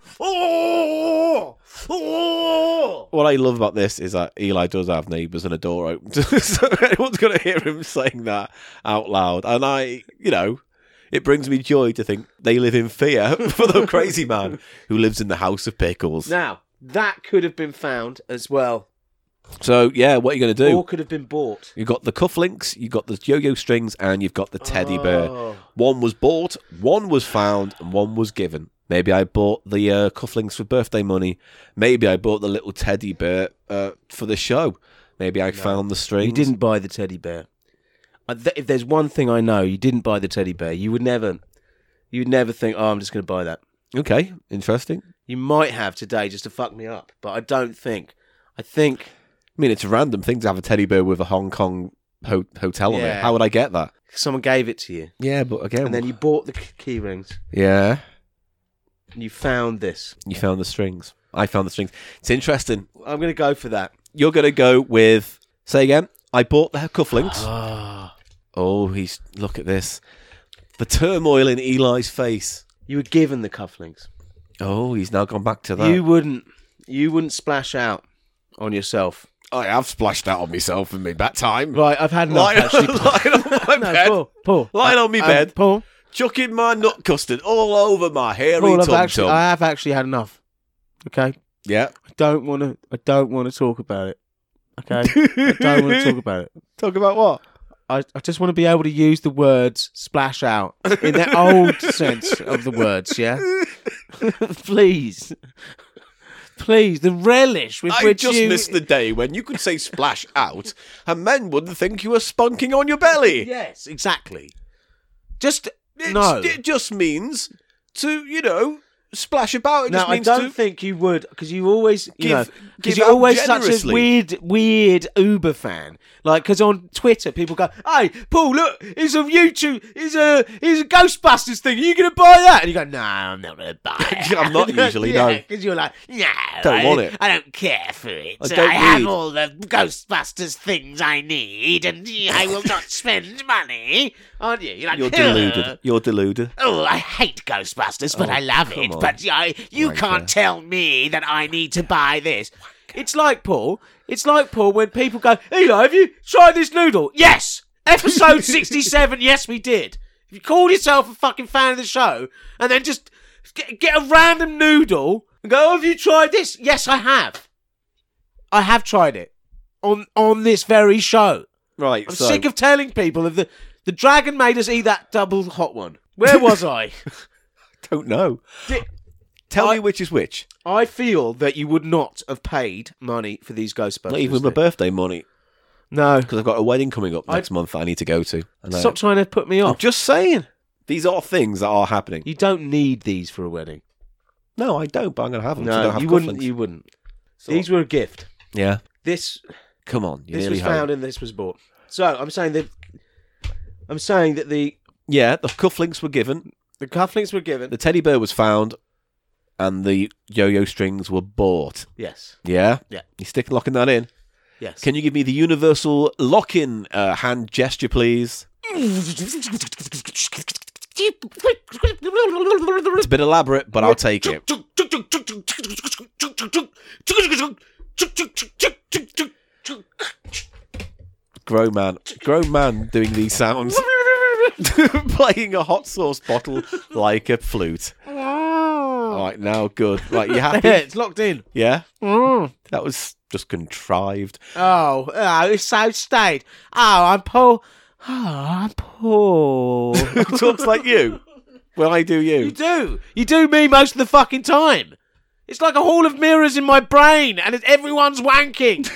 Oh, oh. What I love about this is that Eli does have neighbours and a door open, so anyone's going to hear him saying that out loud. And I, you know, it brings me joy to think they live in fear for the crazy man who lives in the house of pickles. Now that could have been found as well, So yeah, what are you going to do? or could have been bought. You've got the cufflinks, you've got the yo-yo strings, and you've got the teddy bear. Oh. One was bought, one was found, and one was given. Maybe I bought the uh, cufflinks for birthday money. Maybe I bought the little teddy bear uh, for the show. Maybe I found the strings. You didn't buy the teddy bear. I- th- If there's one thing I know, you didn't buy the teddy bear. You would never, you would never think, "Oh, I'm just going to buy that." Okay, interesting. You might have today just to fuck me up, but I don't think. I think I mean, it's a random thing to have a teddy bear with a Hong Kong ho- hotel on it. Yeah. How would I get that? Someone gave it to you, Yeah, but again, and then you bought the k- key rings, yeah, and you found this. you found the strings. I found the strings. It's interesting. I'm going to go for that. You're gonna go with say again. I bought the cufflinks. Ah, oh, he's look at this. The turmoil in Eli's face. you were given the cufflinks. Oh, he's now gone back to that. You wouldn't. You wouldn't splash out on yourself. I have splashed out on myself in my back time. Right, I've had enough. Lying, actually, lying on my no, bed, Paul, Paul, Lying on me Um, bed. Paul, chucking my nut custard all over my hairy Paul, I've tum actually, tum. I have actually had enough. Okay, Yeah, I don't want to. I don't want to talk about it. Okay, I don't want to talk about it. talk about what? I, I just want to be able to use the words splash out in their old sense of the words, yeah? Please. Please, the relish with I which just you... missed the day when you could say splash out and men wouldn't think you were spunking on your belly. Yes, exactly. Just It's- no. It just means to, you know, splash about. It no, just I means don't to. think you would, because you always, you Give- know, give because you're out always such a generously. weird, weird Uber fan. Like, because on Twitter, people go, "Hey, Paul, look, it's a YouTube, it's a, it's a Ghostbusters thing. Are you going to buy that?" And you go, "No, I'm not going to buy it. I'm not usually, no. because you're like, "No, Don't I, want it. I don't care for it. I I, don't have need- all the Ghostbusters things I need, and I will not spend money." Aren't you? You're, like, You're "Huh." deluded. You're deluded. Oh, I hate Ghostbusters, but I love Oh, come it. on. But I, you Wanker. can't tell me that I need to buy this. It's like Paul. It's like Paul when people go, Eli, have you tried this noodle? Yes! Episode 67, yes, we did. If you call yourself a fucking fan of the show and then just get, get a random noodle and go, oh, have you tried this? Yes, I have. I have tried it on on this very show. Right. I'm so, sick of telling people of the the dragon made us eat that double hot one. Where was I? don't know. Di- Tell I- me which is which. I feel that you would not have paid money for these Ghostbusters. Not even with my things. birthday money no. because I've got a wedding coming up next month that I need to go to. And I- Stop trying to put me I'm off. just saying. These are things that are happening. You don't need these for a wedding. No, I don't, but I'm going to have them. 'cause I No, don't have you wouldn't. cufflinks. You wouldn't. These were a gift. Yeah. This Come on. You're this nearly was home. found and this was bought. So I'm saying that I'm saying that the Yeah, the cufflinks were given, the cufflinks were given. the teddy bear was found, and the yo-yo strings were bought. yes. Yeah, Yeah. You stick locking that in. Yes. Can you give me the universal lock-in uh, hand gesture, please? It's a bit elaborate, but I'll take it. Grown man, grown man, doing these sounds, playing a hot sauce bottle like a flute. All right, now good. Right, you Yeah, happy? it's locked in. Yeah, Mm. that was just contrived. Oh, oh, it's so staid. Oh, I'm poor. Oh, I'm poor. Who talks like you? Well, I do you you. do. You do me most of the fucking time. It's like a hall of mirrors in my brain, and it's, everyone's wanking.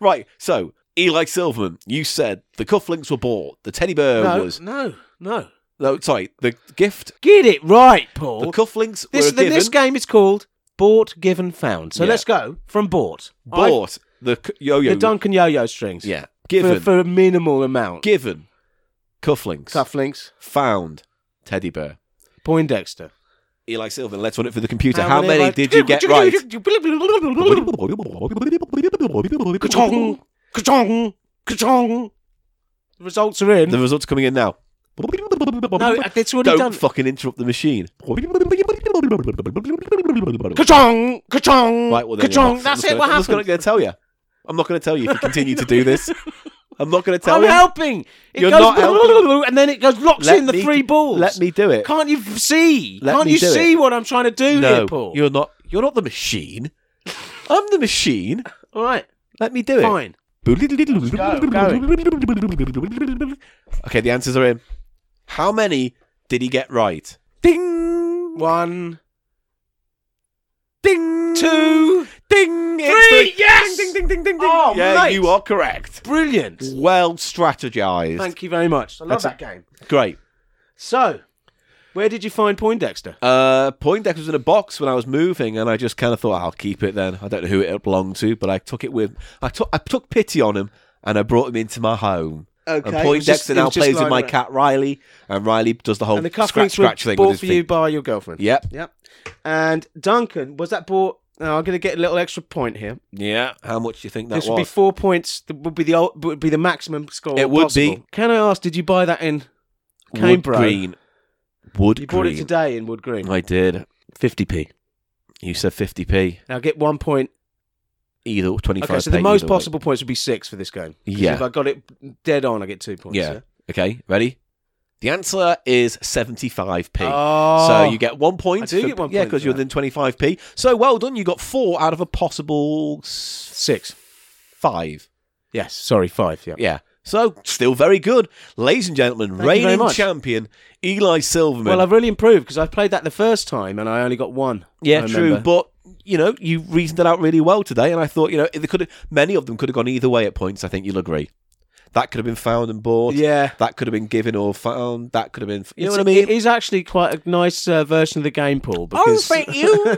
right, so Eli Silverman, you said the cufflinks were bought, the teddy bear no, was no, no. no, sorry, the gift, Get it right, the Paul. cufflinks this, were then given, this game is called Bought, Given, Found. So Yeah. let's go from bought. I- bought the c- yo-yo, the Duncan yo-yo strings. yeah, For, given, for a minimal amount. given, cufflinks, Cufflinks. found, teddy bear. Poindexter. Eli Silverman, let's run it for the computer. How, many did you get right? Ka-chong, ka-chong, ka-chong. The results are in. The results coming in now. no, uh, it's already Don't done. fucking interrupt the machine. ka-chong, ka-chong, Right, well, there you go. ka-chong. That's it. I'm What just gonna- I'm just not going happened? to tell you. I'm not going to tell you if you continue to do this. I'm not going to tell I'm you. helping. It You're goes not helping. and then it goes locks Let in the me- three balls. Let me do it. Can't you f- see? Let Can't me you do see it. what I'm trying to do no, here, Paul? you're not. You're not the machine. I'm the machine. All right, Let me do it. fine. Okay, the answers are in. How many did he get right? Ding, One, ding, two, ding, three. It's the- Yes. ding, ding, ding, ding, ding. Oh, yeah, mate. you are correct. Brilliant. Well strategized. Thank you very much. I love That's that game. Great. So, where did you find Poindexter? Uh, Poindexter was in a box when I was moving, and I just kind of thought I'll keep it. Then I don't know who it belonged to, but I took it with. I took I took pity on him and I brought him into my home. Okay, And it was just- Poindexter it now was just plays with lying my around. cat Riley, and Riley does the whole and the scratch cufflinks scratch were thing with bought his for feet. you by your girlfriend. Yep. Yep. And Duncan, was that bought? Now I'm going to get a little extra point here. Yeah. How much do you think that this would be was? four points. That would be the old, would be the maximum score. It would be. possible. Can I ask? Did you buy that in Wood Canberra? green. Wood You bought green. it today in Wood Green. I did. Fifty p. You said 50p. Now get one point. Either 25 Okay, so the most possible points would be six for this game. 'Cause Yeah. If I got it dead on, I get two points. Yeah. Okay, ready? The answer is 75p. Oh. So you get one point. I do for- get one Yeah, point because for you're that. within 25p. So well done. You got four out of a possible s- six. five. Yes. Sorry, five. Yeah. Yeah. So still very good. Ladies and gentlemen, very reigning much. champion Eli Silverman. Well, I've really improved because I played that the first time and I only got one. I yeah, remember. true. But, you know, you reasoned it out really well today. And I thought, you know, it could have, many of them could have gone either way at points. I think you'll agree. That could have been found and bought. yeah. That could have been given or found. That could have been. You know It's- what I mean? It is actually quite a nice uh, version of the game, Paul. oh, Because you.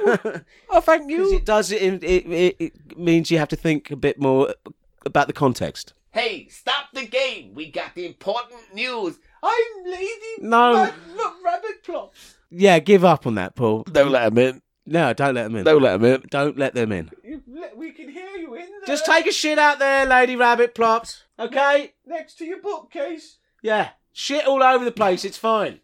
Oh, thank 'Cause it does it it, it it means you have to think a bit more about the context. Hey, stop the game. We got the important news. I'm lazy. No. Ra- Ra- rabbit Claw. Yeah, give up on that, Paul. Don't let him in. No, don't let them in. Don't let him in. Don't let them in. You- le- We can hear you in there. Just take a shit out there, Lady Rabbit Plops. Okay? next to your bookcase. Yeah. Shit all over the place. It's fine.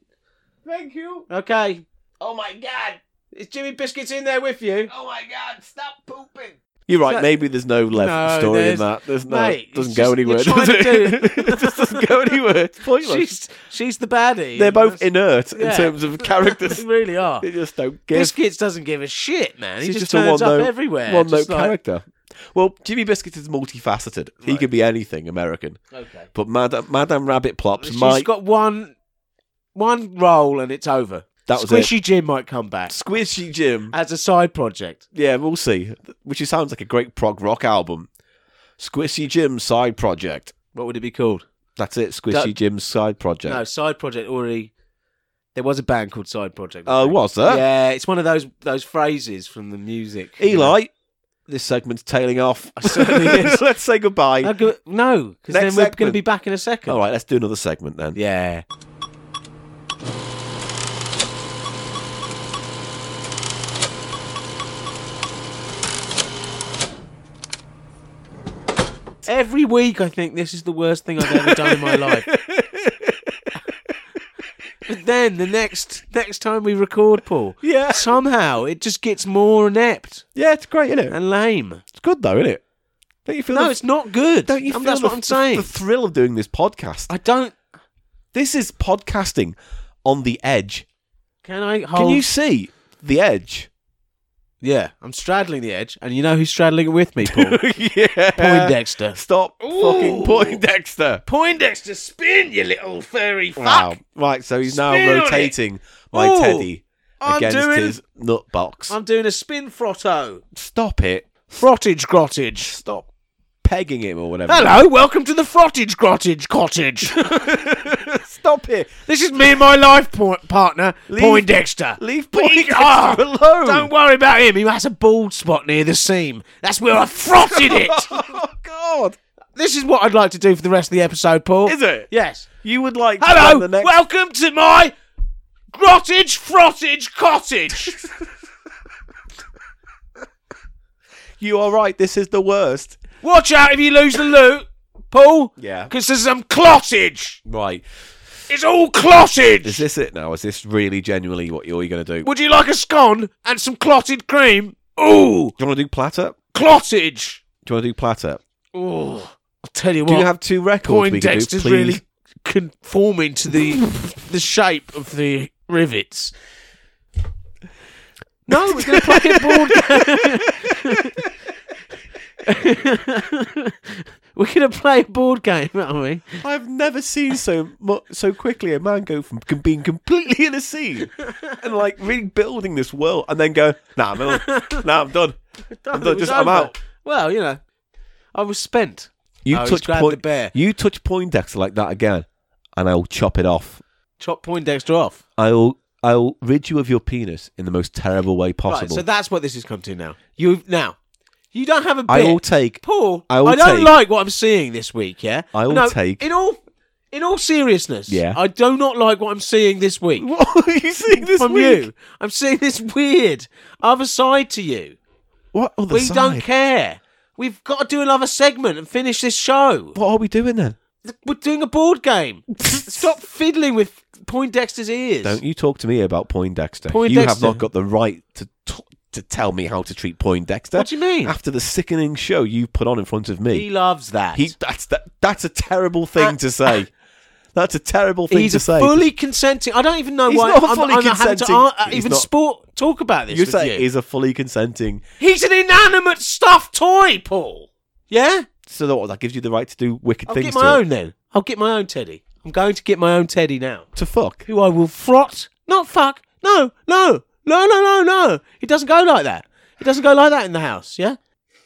Thank you. Okay. Oh my god. Is Jimmy Biscuits in there with you? Oh my god. Stop pooping. You're right. So- maybe there's no left No, story there's- in that. There's no. Mate, it doesn't it's go just- anywhere. you're trying Does it? to do- it just doesn't go anywhere. It's pointless. She's she's the baddie. They're both inert in Yeah. terms of They characters. really are. they just don't give. Biscuits doesn't give a shit, man. He She's just, a turns up one-note- everywhere. One note just like- character. Well, Jimmy Biscuits is multifaceted. He could be anything American. Okay. But Madame, Madame Rabbit Plops She's might. got one one role and it's over. That was Squishy Jim might come back Squishy Jim. as a side project. Yeah, we'll see. Which it sounds like a great prog rock album. Squishy Jim's side project. What would it be called? That's it. Squishy Don't- Jim's side project. No, side project already. There was a band called Side Project. Oh, was there? Yeah, it's one of those those phrases from the music. Eli, this segment's tailing off. certainly is. Let's say goodbye. No, go- no, because then Next we're going to segment. Oh, be back in a second. All right, let's do another segment then. Yeah. Every week, I think this is the worst thing I've ever done in my life. but then the next next time we record, Paul, Yeah. somehow it just gets more inept Yeah, it's great, isn't it? and lame. It's good though, isn't it? Don't you feel? No, the- it's not good. don't you Um, feel that's the, what I'm saying. The thrill of doing this podcast. I don't. this is podcasting on the edge. Can I Can hold? you see the edge? Yeah, I'm straddling the edge, and you know who's straddling it with me, Paul? yeah. Poindexter. Stop fucking Poindexter. Poindexter. Spin, you little furry fuck. Wow. Right, so he's now Spin on it. rotating my Ooh, teddy I'm against doing- his nut box. I'm doing a spin frotto. Stop it. Frottage grottage. Stop pegging him or whatever. Hello, welcome to the frottage grottage cottage. Stop it. this is me and my life po- partner, Poindexter. Leave Big Poindexter R. alone. Don't worry about him. He has a bald spot near the seam. That's where I frotted it. Oh God! this is what I'd like to do for the rest of the episode, Paul. Is it? Yes. You would like to Hello, spend the next welcome to my grottage frottage cottage. You are right. This is the worst. Watch out if you lose the loot, Paul. Yeah. Because there's some clottage. Right. It's all clottage. Is this it now? Is this really genuinely what you're going to do? Would you like a scone and some clotted cream? Ooh, Do you want to do platter? clottage. Do you want to do platter? Ooh. I'll tell you Do what. you have two records we can do? Poindexter's Please. really conforming to the the shape of the rivets. No, we're going to play a board game. we're going to play a board game, aren't we? I've never seen so mu- so quickly a man go from com- being completely in a scene and like really building this world, and then go, Nah, I'm, done. nah, I'm done. I'm It done. was Just, I'm over. out. Well, you know, I was spent. You Oh, he's touch grabbed Poin- the bear. You touch Poindexter like that again, and I'll chop it off. Chop Poindexter off. I'll I'll rid you of your penis in the most terrible way possible. Right, so that's what this has come to now. You now You don't have a bit. I will take. Paul, I I, will don't take- like what I'm seeing this week. Yeah, I will No, take- In all, in all seriousness, Yeah. I do not like what I'm seeing this week What are you seeing this from week? you. I'm seeing this weird other side to you. What other we side? don't care. We've got to do another segment and finish this show. What are we doing then? We're doing a board game. Stop fiddling with Poindexter's ears. Don't you talk to me about Poindexter. You have Poindexter. not got the right to t- to tell me how to treat Poindexter. What do you mean? After the sickening show you put on in front of He me, loves that. he that's that, that's a terrible thing to say. That's a terrible thing He's to a say. fully consenting. I don't even know He's why not I'm, fully I'm having to consenting. ar- uh, He's even not. sport talk about this. you with say you. is a fully consenting. He's an inanimate stuffed toy, Paul. Yeah? So that, that gives you the right to do wicked I'll things get to my it. own then. I'll get my own teddy. I'm going to get my own teddy now. to fuck. Who I will frot. Not fuck. No, no, no, no, no, no. It doesn't go like that. It doesn't go like that in the house, yeah?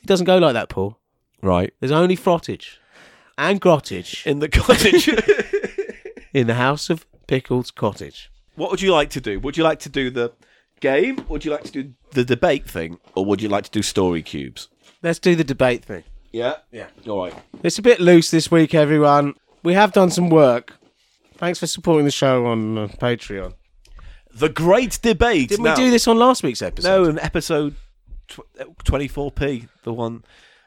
It doesn't go like that, Paul. Right. There's only frottage and grottage In the cottage. in the house of Pickles Cottage. what would you like to do? Would you like to do the game? Would you like to do the debate thing? Or would you like to do story cubes? Let's do the debate thing. Yeah? Yeah. All right. It's a bit loose this week, everyone. We have done some work. Thanks for supporting the show on uh, Patreon. The great debate. Didn't now. we do this on last week's episode? No, in episode twenty four p, the one.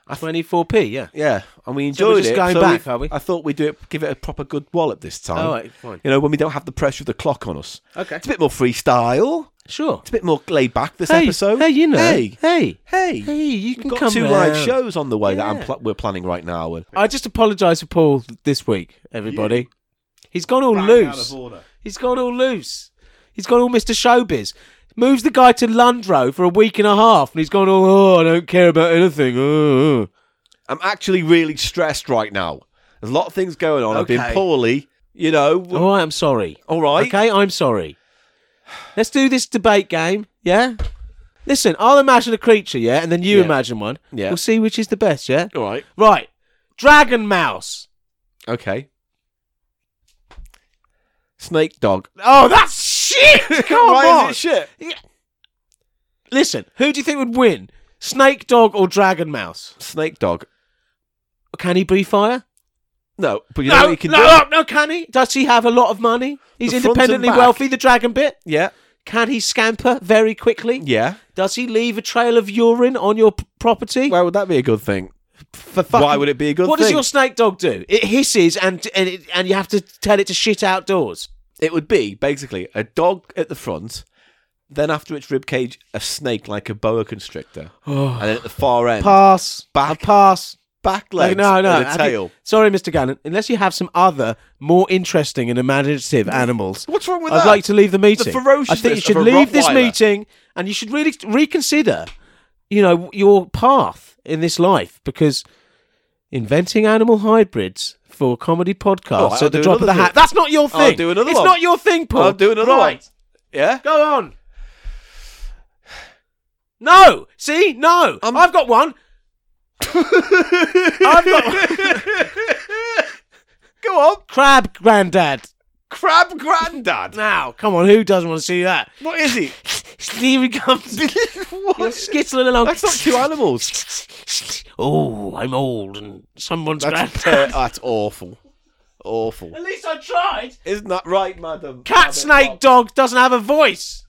24p, yeah. Yeah, and we So we're enjoyed just it. going so back, are we? I thought we'd do it, give it a proper good wallop this time. All right, fine. You know, when we don't have the pressure of the clock on us. Okay. It's a bit more freestyle. Sure. It's a bit more laid back this episode. Hey, you know. Hey, Hey. hey, Hey, you We've can got come two round. live shows on the way that I'm Yeah. pl- we're planning right now. And I just apologise for Paul this week, everybody. He's gone all loose. He's gone all loose. He's gone all Mr. Showbiz. Moves the guy to Lundrow for a week and a half, and he's gone, oh, I don't care about anything. Oh. I'm actually really stressed right now. There's a lot of things going on. I've Okay. been poorly. You know. w- All right, I'm sorry. All right. Okay, I'm sorry. Let's do this debate game, yeah? Listen, I'll imagine a creature, yeah, and then you Yeah. imagine one. Yeah. We'll see which is the best, yeah? All right. Right. Dragon mouse. Okay. Snake dog. Oh, that's shit! Come Why on! is it shit? Listen, who do you think would win? Snake dog or dragon mouse? Snake dog. Can he breathe fire? No, but you know No, what he can no, do. no, no, can he? Does he have a lot of money? He's The front and independently back. wealthy, the dragon bit. Yeah, Can he scamper very quickly? yeah. Does he leave a trail of urine on your p- property? Why would that be a good thing? For fucking- Why would it be a good What does thing? your snake dog do? It hisses and and it, and you have to tell it to shit outdoors. It would be basically a dog at the front, then after its rib cage, a snake like a boa constrictor, Oh. and then at the far end, Pass. Back- A pass. back legs no, no. and a have tail. you- sorry, Mr. Gannon. Unless you have some other more interesting and imaginative animals, What's wrong with I'd that? like to leave the meeting. I think you ferociousness should of a leave this Rottweiler. meeting, and you should really reconsider, you know, your path in this life because inventing animal hybrids for comedy podcasts Oh, I'll at the do drop of the another hat. thing. That's not your thing. I'll do another It's one. not your thing, Paul. I'll do another right. Yeah. Go on. No. See, no. I've got one. I've got one. Go on, crab granddad. crab granddad. Now, come on, who doesn't want to see that? what is he? Stephen comes what? skittling along. That's not two animals. Oh, I'm old and someone's That's, granddad. uh, that's awful. Awful. At least I tried. Isn't that right, madam? Cat snake dog doesn't have a voice.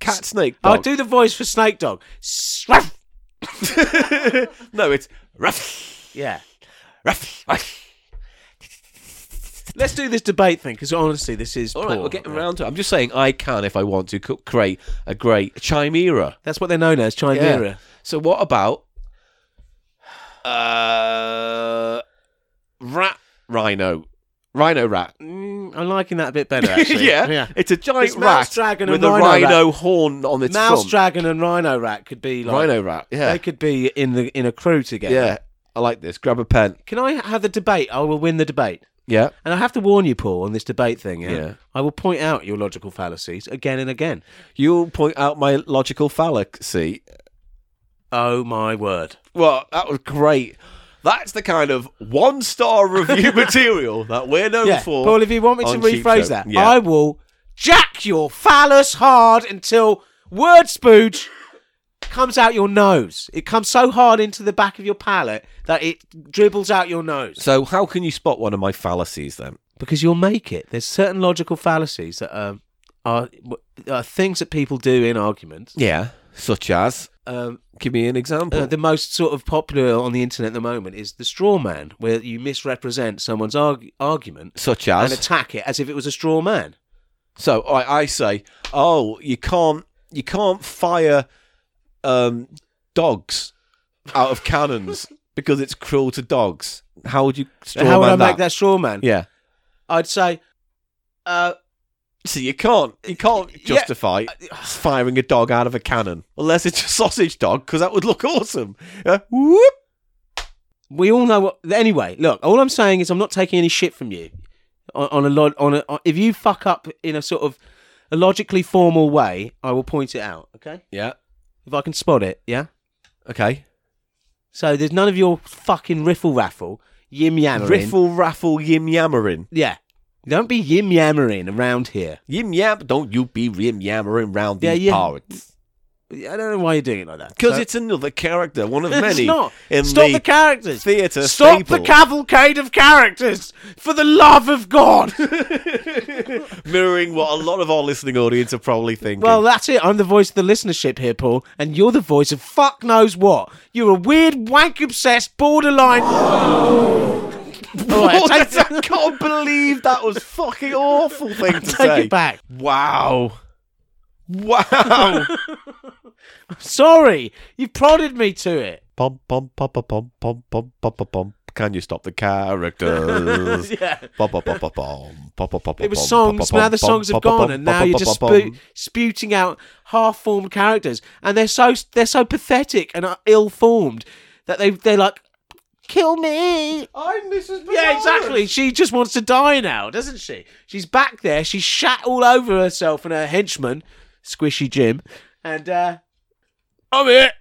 Cat snake. I'll dog. do the voice for snake dog. Swat. no, it's rough, Yeah. rough, rough. Let's do this debate thing because honestly, this is All poor. right, we're getting round to it. I'm just saying I can, if I want to, co- create a great chimera. That's what they're known as, Chimera. So what about uh, rat rhino? Rhino rat. Mm, I'm liking that a bit better. Actually. yeah. yeah. it's a giant It's mouse rat dragon and with a rhino rat. rhino horn on its Mouse front. dragon and rhino rat could be like Rhino rat. Yeah, they could be in the in a crew together. yeah. I like this. Grab a pen. Can I have the debate? I will win the debate. Yeah. And I have to warn you, Paul, on this debate thing. Yeah. Yeah. I will point out your logical fallacies again and again. You'll point out my logical fallacy. Oh my word! Well, that was great. That's the kind of one star review material that we're known Yeah, for. Paul. If you want me to on Cheap rephrase Show. that, Yeah. I will jack your phallus hard until word spooge comes out your nose. It comes so hard into the back of your palate that it dribbles out your nose. So how can you spot one of my fallacies then? Because you'll make it. There's certain logical fallacies that um, are, are things that people do in arguments. Yeah. Such as, Um, give me an example. Uh, the most sort of popular on the internet at the moment is the straw man, where you misrepresent someone's arg- argument such and as. attack it as if it was a straw man. so I, I say, oh, you can't, you can't fire um, dogs out of cannons because it's cruel to dogs. How would you? straw How would I man make that straw man? Yeah. I'd say, uh, So you can't, you can't Yeah. justify firing a dog out of a cannon unless it's a sausage dog because that would look awesome. Yeah. Whoop. we all know what. Anyway, look, all I'm saying is I'm not taking any shit from you on, on a lot. On a, on, if you fuck up in a sort of a logically formal way, I will point it out. Okay, Yeah. if I can spot it, yeah. Okay. So there's none of your fucking riffle raffle, yim yammering. Riffle raffle yim yammering. yeah. Don't be yim yammering around here. Yim yam, don't you be yim yammering round Yeah, these yeah. parts. I don't know why you're doing it like that. Because So- it's another character, one of It's many. not. In Stop the, the, characters. theatre Stop the staple. cavalcade of characters, for the love of God. mirroring what a lot of our listening audience are probably thinking. well, that's it. I'm the voice of the listenership here, Paul, and you're the voice of fuck knows what. You're a weird, wank obsessed, borderline. All right, What? I take- I can't believe that was fucking awful thing to take say. it back. Wow. Wow. Sorry, you prodded me to it. pom pom pom pom pom pom pom pom pom pom. Can you stop the characters? Yeah. Pom, pom, pom, pom, pom. Pom, pom, pom, It was pom, songs. pom, Now the pom, songs have pom, pom, gone, and now pom, you're pom, just pom, pom. spu- spouting out half-formed characters, and they're so they're so pathetic and uh, ill-formed that they they're like, "Kill me!" I'm Mrs. Yeah, exactly. She just wants to die now, doesn't she? She's back there. She's shat all over herself and her henchman, Squishy Jim, and uh, I'm it.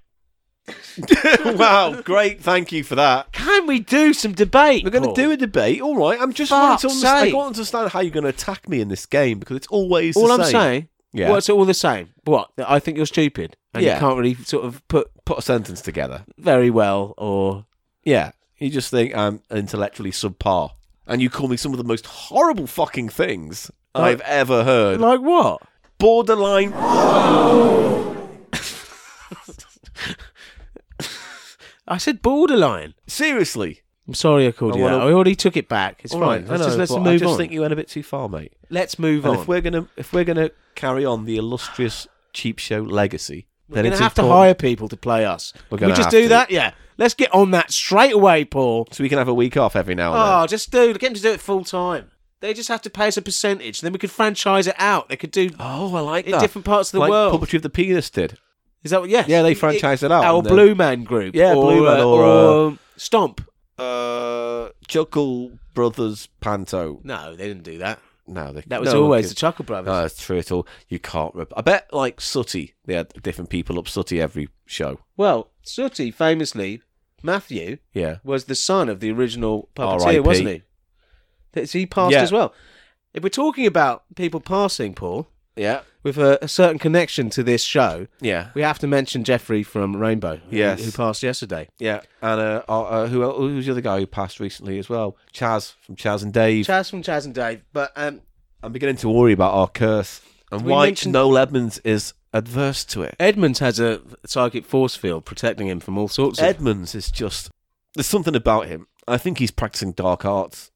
wow, great. Thank you for that. Can we do some debate? We're going to Paul? do a debate. All right. I'm just trying to Fuck's understand. I sake. can't understand how you're going to attack me in this game because it's always the All I'm same. saying. Yeah. Yeah. What's all the same? What? That I think you're stupid and Yeah. you can't really sort of put Put a sentence together. very well or Yeah. You just think I'm intellectually subpar, and you call me some of the most horrible fucking things I've ever heard. Uh, Like what? Borderline. I said borderline. Seriously. I'm sorry I called Oh, I you wanna- that. I already took it back. It's All fine. right, Let's I just know, let's but move I just on. think you went a bit too far, mate. Let's move And on. if we're gonna if we're gonna carry on the illustrious cheap show legacy, We're then gonna it's have to important- hire people to play us. We're Can gonna we just have do to. that? Yeah. Let's get on that straight away, Paul. so we can have a week off every now and then. Oh, just do. Get them to do it full time. They just have to pay us a percentage. Then we could franchise it out. They could do Oh, I like in different parts of the like world. Puppetry of the Penis did. Is that what? Yes. Yeah, they It- franchised it out, Our and then- Blue Man Group. Yeah, or, Blue Man uh, or, or Stomp. Uh, Chuckle Brothers Panto. No, they didn't do that. No, they, That was no, always okay. the Chuckle Brothers. No, that's true at all. You can't. Rep- I bet like Sooty, they had different people up Sooty every show. Well, Sooty famously, Matthew Yeah. was the son of the original R.I.P.. puppeteer, wasn't he? That- He passed Yeah. as well. If we're talking about people passing, Paul, Yeah. with a, a certain connection to this show, Yeah. we have to mention Jeffrey from Rainbow, who- Yes. who, passed yesterday. Yeah. And uh, uh, uh, who el- who's the other guy who passed recently as well? Chaz from Chaz and Dave. Chaz from Chaz and Dave, but um, I'm beginning to worry about our curse and We why mentioned- Noel Edmonds is adverse to it. Edmonds has a psychic force field protecting him from all sorts of. Edmonds is just there's something about him. I think he's practicing dark arts.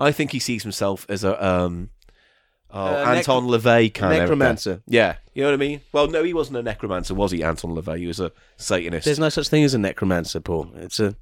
I think he sees himself as a um oh, Uh, nec- Anton LaVey kind of necromancer. Yeah, you know what I mean. Well, no, he wasn't a necromancer, was he? Anton LaVey, he was a satanist. There's no such thing as a necromancer, Paul. It's a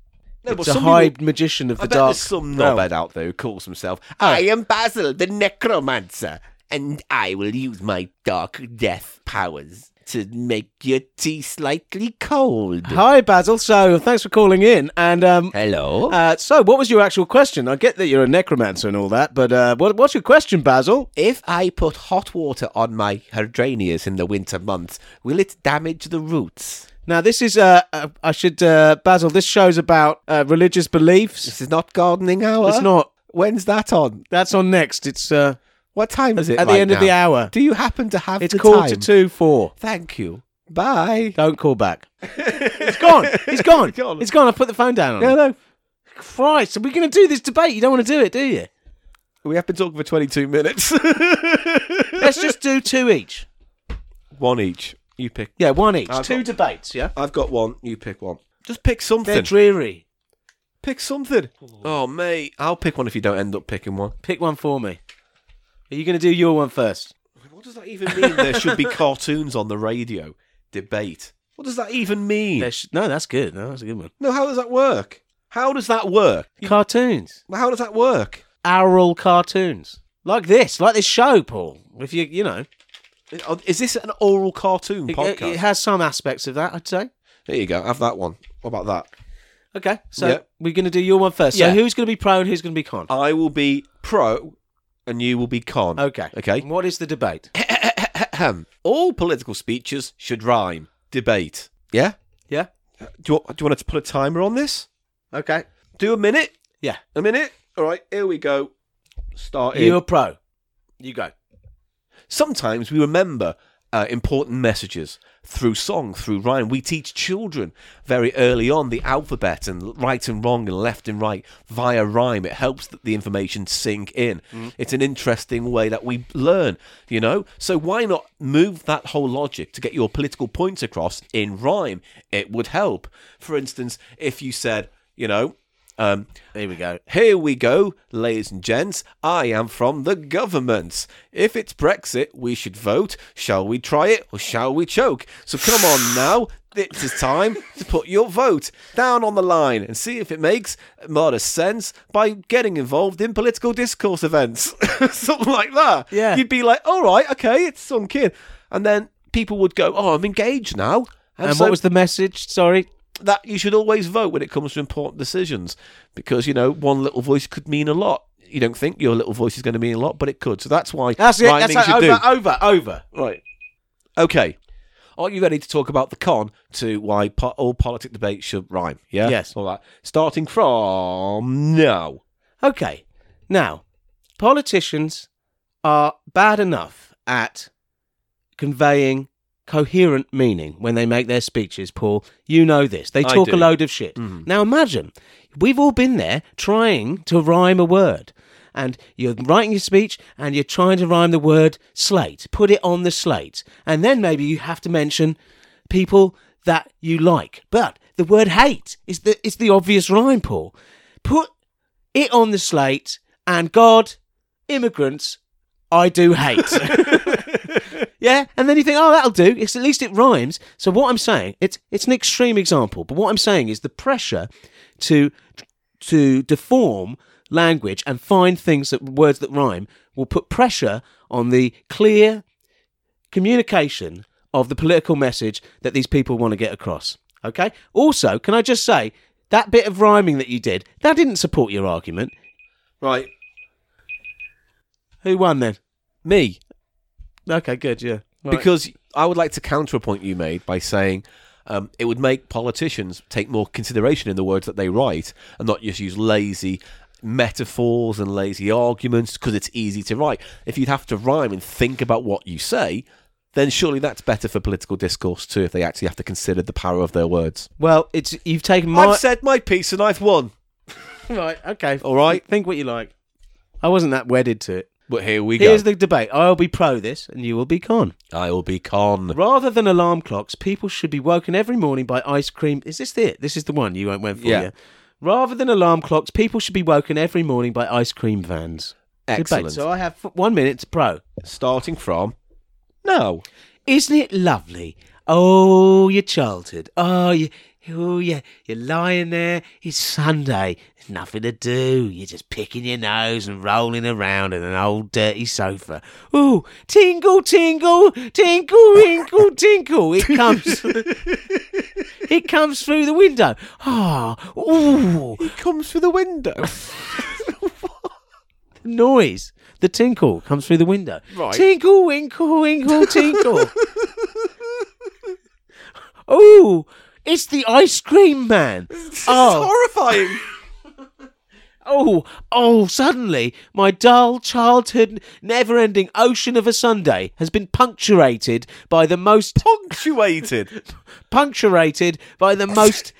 No, but it's a some high people- magician of I the bet dark. there's some realm. knobhead out there who calls himself I am Basil the Necromancer, and I will use my dark death powers to make your tea slightly cold. Hi Basil. So thanks for calling in, and um, Hello. Uh, so, what was your actual question? I get that you're a necromancer and all that, but uh, what, what's your question, Basil? If I put hot water on my hydrangeas in the winter months, will it damage the roots? Now, this is, uh, uh, I should, uh, Basil, this show's about uh, religious beliefs. This is not gardening hour. It's not. When's that on? That's on next. It's uh, What time is it? at the right end of now? the hour. Do you happen to have It's the quarter time? to four. Thank you. Bye. Don't call back. It's gone. It's gone. It's gone. It's gone. I put the phone down. On No, it. no. Christ, are we going to do this debate? You don't want to do it, do you? We have been talking for 22 minutes. Let's just do two each. one each. You pick. Yeah, one each. I've two debates. Yeah, I've got one. You pick one. Just pick something. they're dreary. pick something. Oh, mate. I'll pick one if you don't end up picking one. Pick one for me. Are you going to do your one first? What does that even mean? there should be cartoons on the radio. Debate. What does that even mean? There sh- no, that's good. No, that's a good one. No, how does that work? How does that work? Cartoons. How does that work? Oral cartoons. Like this, like this show, Paul. If you, you know, uh, Is this an oral cartoon it, podcast? it- it has some aspects of that, I'd say. There you go. Have that one. What about that? Okay, so Yep. we're going to do your one first. Yeah. So who's going to be pro and who's going to be con? I will be pro and you will be con. Okay. Okay. What is the debate? All political speeches should rhyme. Debate. Yeah? Yeah. Do you, want, do you want to put a timer on this? Okay. Do a minute? Yeah. A minute? All right, here we go. Start You're pro. You go. Sometimes we remember uh, important messages through song, through rhyme. We teach children very early on the alphabet and right and wrong and left and right via rhyme. It helps th- the information sink in. It's an interesting way that we learn, you know? So why not move that whole logic to get your political point across in rhyme? It would help. For instance, if you said, you know, um, Here we go. here we go, ladies and gents. I am from the government. If it's Brexit, we should vote. Shall we try it or shall we choke? So come on now. It is time to put your vote down on the line and see if it makes modest sense by getting involved in political discourse events. Something like that. Yeah. You'd be like, all right, okay, it's some kid. And then people would go, oh, I'm engaged now. And so- what was the message? Sorry. that you should always vote when it comes to important decisions because you know one little voice could mean a lot. You don't think your little voice is going to mean a lot, but it could. So that's why That's it. rhyming That's it. should Over, do. over, over. Right. Okay. Are you ready to talk about the con to why po- all politic debates should rhyme? Yeah. Yes. All right. Starting from now. Okay. Now, politicians are bad enough at conveying coherent meaning when they make their speeches, Paul. You know this. I They talk do. Mm-hmm. a load of shit. Now, imagine we've all been there trying to rhyme a word. And you're writing your speech and you're trying to rhyme the word slate. Put it on the slate. And then maybe you have to mention people that you like. But the word hate is the, is the obvious rhyme, Paul. Put it on the slate, and God, immigrants, I do hate. yeah, and then you think, oh, that'll do. It's at least it rhymes. So what I'm saying, it's it's an extreme example, but what I'm saying is the pressure to to deform language and find things that words that rhyme will put pressure on the clear communication of the political message that these people want to get across. Okay? Also, can I just say that bit of rhyming that you did, that didn't support your argument. Right. Who won then? Me. Okay, good, yeah. Because Because I would like to counter a point you made by saying um, it would make politicians take more consideration in the words that they write and not just use lazy metaphors and lazy arguments because it's easy to write. If you'd have to rhyme and think about what you say, then surely that's better for political discourse too if they actually have to consider the power of their words. well, it's you've taken my I've said my piece and I've won. right, okay. All right. Think what you like. I wasn't that wedded to it. But here we Here's go. the debate. I'll be pro this and you will be con. I will be con. Rather than alarm clocks, people should be woken every morning by ice cream. Is this it? This is the one you went went for, Yeah. yeah. Rather than alarm clocks, people should be woken every morning by ice cream vans. Debate. Excellent. So I have f- one minute to pro. Starting from now. Isn't it lovely? Oh, your childhood. Oh, you, oh, yeah. You're lying there. It's Sunday. There's nothing to do. You're just picking your nose and rolling around on an old dirty sofa. Ooh, tingle, tingle, tinkle, winkle, tinkle. It comes. it comes through the window. Ah, ooh, He comes through the window. the noise. The tinkle comes through the window. Right. Tinkle, winkle, winkle, tinkle. Oh, it's the ice cream man. Oh. It's horrifying. Oh, oh, suddenly my dull childhood never ending ocean of a Sunday has been punctuated by the most Punctuated. punctuated by the most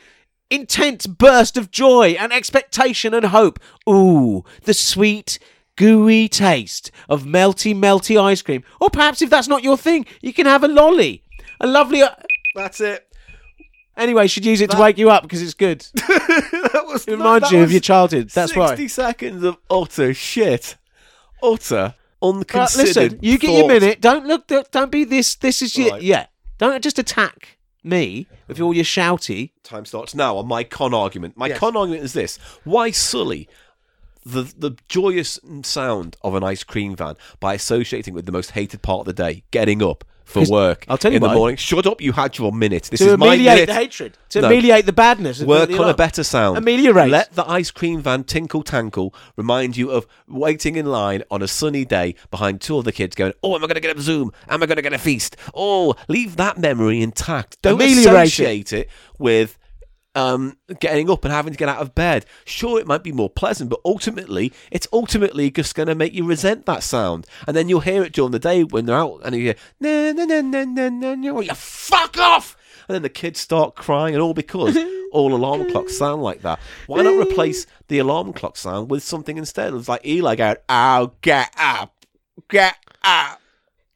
intense burst of joy and expectation and hope. Ooh, the sweet, gooey taste of melty, melty ice cream. Or perhaps if that's not your thing, you can have a lolly. A lovely. uh, That's it. Anyway, you should use it to wake you up because it's good. that was It reminds that you of was your childhood. That's why. 60 seconds of utter shit. Utter Right, unconsidered. listen, you get your thought. minute. Don't look. Don't don't be this. This is your, Right. yeah. Don't just attack me with all your shouty. Time starts now on my con argument. My con argument is this: Why sully the the joyous sound of an ice cream van by associating with the most hated part of the day, getting up for 'Cause- work? I'll tell you in why. the morning. Shut up! You had your minute. This To is my ameliorate minute. the hatred. To No. ameliorate the badness. of Work the on a alarm. better sound. Ameliorate. Let the ice cream van tinkle tankle remind you of waiting in line on a sunny day behind two other kids going, Oh, am I going to get a Zoom? Am I going to get a feast? Oh, leave that memory intact. Don't Ameliorate associate it, with um, getting up and having to get out of bed. Sure, it might be more pleasant, but ultimately, it's ultimately just going to make you resent that sound. And then you'll hear it during the day when they're out and you hear, na na na na na na na, well, you fuck off! And then the kids start crying, and all because all alarm clocks sound like that. Why not replace the alarm clock sound with something instead? It's like Eli going, oh, get up, get up.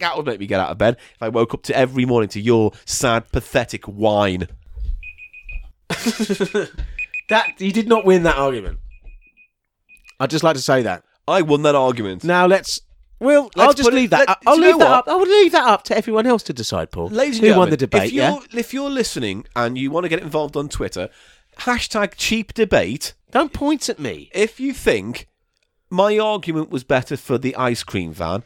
That would make me get out of bed if I woke up to every morning to your sad, pathetic whine. That you did not win that argument. I'd just like to say that. I won that argument. Now let's. Well, I'll Let's just put it- leave that. let- up. I'll do you leave know that what? up. I will leave that up to everyone else to decide, Paul. Ladies and who gentlemen, won the debate? If you're, Yeah. if you're listening and you want to get involved on Twitter, hashtag cheap debate. Don't point at me. If you think my argument was better for the ice cream van,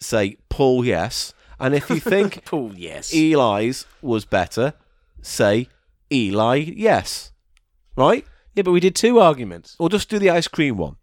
say Paul yes. And if you think Paul, yes. Eli's was better, say Eli yes. Right? Yeah, but we did two arguments. Or just do the ice cream one.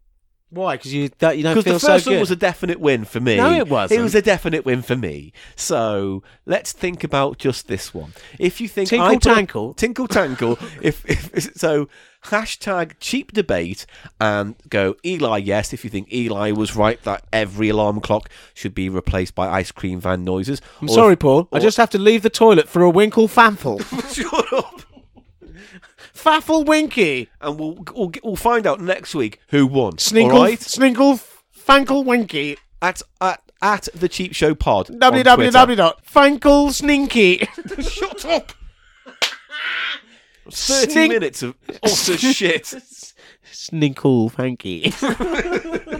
Why? Because you that you don't Because feel the first so one good. was a definite win for me. No, it wasn't. It was a definite win for me. So let's think about just this one. If you think Tinkle I put up- tankle. tinkle tankle. if, if so, hashtag cheap debate and go Eli. Yes, if you think Eli was right that every alarm clock should be replaced by ice cream van noises. I'm sorry, Paul. I just have to leave the toilet for a winkle fample. shut up. faffle winky. And we'll, we'll we'll find out next week who won. Sninkle. All right. Sninkle. Fankle winky. At at at the cheap show pod. on Twitter. www.fanklesninky. Shut up! 30 minutes of utter shit. Sninkle fanky.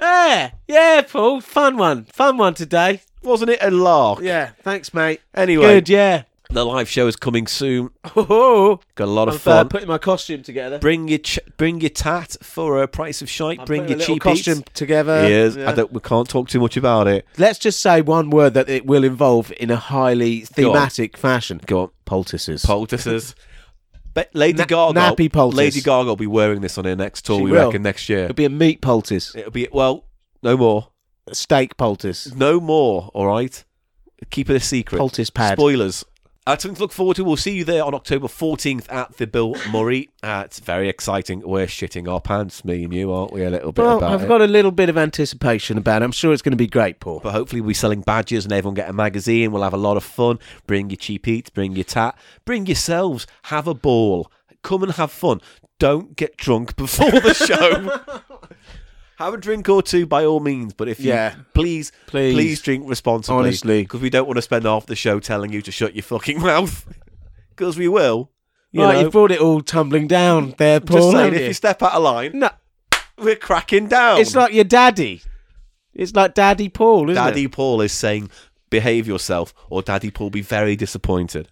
yeah, yeah, Paul. Fun one. Fun one today. Wasn't it a lark? Yeah, thanks, mate. Anyway, Good, yeah. the live show is coming soon. Oh, Got a lot of I'm uh, fun. putting my costume together. bring your ch- bring your tat for a price of shite. I'm bring putting your a little cheap eats. costume together. Yes, Yeah. I don't, we can't talk too much about it. Let's just say one word that it will involve in a highly on. thematic fashion. Go on, Poultices. poultices. But Lady Na- Gaga, nappy poultice. Lady Gaga will be wearing this on her next tour. She we will. reckon next year. It'll be a meat poultice. It'll be well, no more, A steak poultice. no more. All right, keep it a secret. Poultice pad. Spoilers. Uh, something to look forward to. We'll see you there on October 14th at the Bill Murray. Uh, it's very exciting. We're shitting our pants, me and you, aren't we? A little bit well, about I've it. got a little bit of anticipation about it. I'm sure it's going to be great, Paul. but hopefully we'll be selling badges and everyone get a magazine. We'll have a lot of fun. Bring your cheap eats, bring your tat, bring yourselves. Have a ball. Come and have fun. Don't get drunk before the show. have a drink or two by all means, but if you Yeah. please, Please. please drink responsibly. Honestly. because we don't want to spend half the show telling you to shut your fucking mouth. Because we will. You right, know. you've brought it all tumbling down there, Paul. Just saying, haven't if you? you step out of line, no, we're cracking down. it's like your daddy. It's like Daddy Paul, isn't Daddy it? Paul is saying, behave yourself, or Daddy Paul will be very disappointed.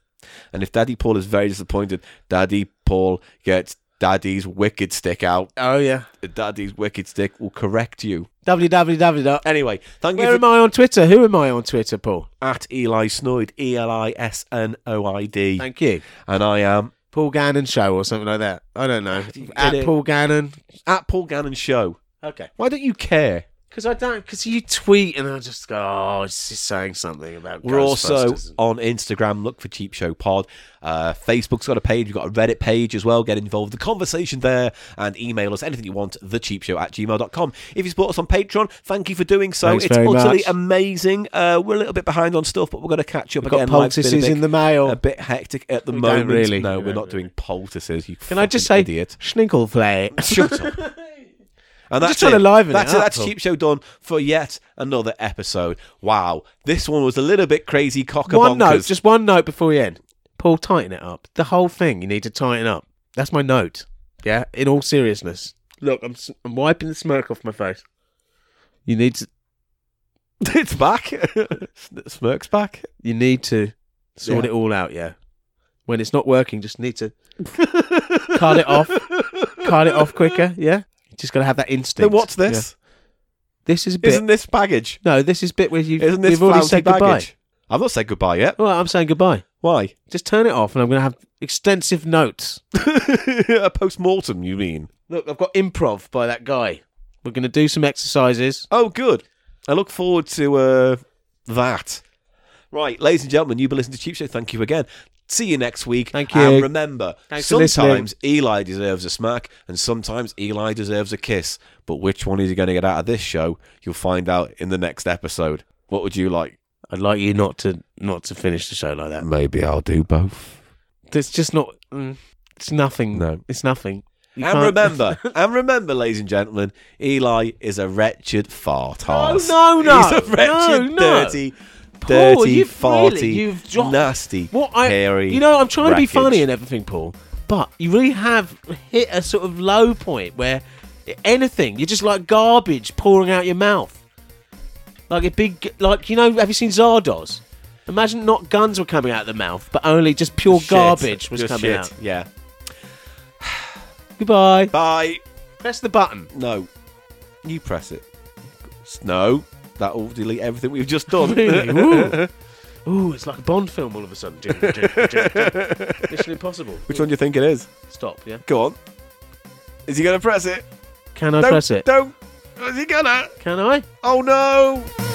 And if Daddy Paul is very disappointed, Daddy Paul gets Daddy's wicked stick out. Oh yeah. Daddy's wicked stick will correct you. www. Anyway, thank Where you am for I on Twitter? Who am I on Twitter, Paul? at Eli Snoid, E L I S N O I D. Thank you. And I am Paul Gannon show or something like that. I don't know. get At it. Paul Gannon. at Paul Gannon Show. Okay. Why don't you care? Because I don't. Because you tweet and I just go, oh, it's just saying something about. We're also Ghostbusters." on Instagram. Look for Cheap Show Pod. Uh, Facebook's got a page. We've got a Reddit page as well. Get involved in the conversation there and email us anything you want, thecheapshow at gmail.com. If you support us on Patreon, thank you for doing so. Thanks it's very utterly much. amazing. Uh, we're a little bit behind on stuff, but we're going to catch up We've again. got Life's been a poultices bit- in the mail. A bit hectic at the We don't moment. really. No, We we're don't not doing poultices. You Can I just say, fucking idiot. idiot? schnickelflay? Shut up. And that's just trying it. to liven it that's up, That's Paul. Cheap Show done for yet another episode. Wow, this one was a little bit crazy cocker One note, bonkers. just one note before we end. Paul, tighten it up. The whole thing, you need to tighten up. That's my note. Yeah, in all seriousness. Look, I'm s- I'm wiping the smirk off my face. You need to it's back. Smirk's back. you need to sort Yeah. it all out, yeah. When it's not working, just need to cut it off. Cut it off quicker, yeah? You just got to have that instinct. Then what's Yeah. this? This is a bit Isn't this baggage? No, this is a bit where you Isn't this we've already flouncy said goodbye. baggage? I've not said goodbye yet. Well, I'm saying goodbye. Why? Just turn it off and I'm going to have extensive notes. a post mortem, you mean? Look, I've got improv by that guy. We're going to do some exercises. Oh, good. I look forward to uh, that. Right, ladies and gentlemen, you've been listening to Cheap Show. Thank you again. See you next week. Thank you. And remember, Thanks for listening. sometimes Eli deserves a smack and sometimes Eli deserves a kiss. But which one is he going to get out of this show? You'll find out in the next episode. What would you like? I'd like you not to not to finish the show like that. Maybe I'll do both. It's just not. Mm, it's nothing. No. it's nothing. You and can't- remember, and remember, ladies and gentlemen, Eli is a wretched fart arse. no, no. He's a wretched, No, no. dirty, Paul, dirty, you've farty, really- you've dropped- nasty, what I, hairy. you know, I'm trying wreckage. to be funny and everything, Paul. But you really have hit a sort of low point where anything you're just like garbage pouring out your mouth, like a big, like you know. Have you seen Zardoz? Imagine not guns were coming out of the mouth, but only just pure Shit. garbage was Just coming shit. out. Yeah. Goodbye. Bye. Press the button. No. You press it. No. That will delete everything we've just done. Ooh. Ooh, it's like a Bond film all of a sudden. Jing, jing, jing, jing. Mission Impossible. Which one do you think it is? Stop, yeah. Go on. Is he going to press it? Can I Don't- press it? Don't. Is he going to? Can I? Oh no.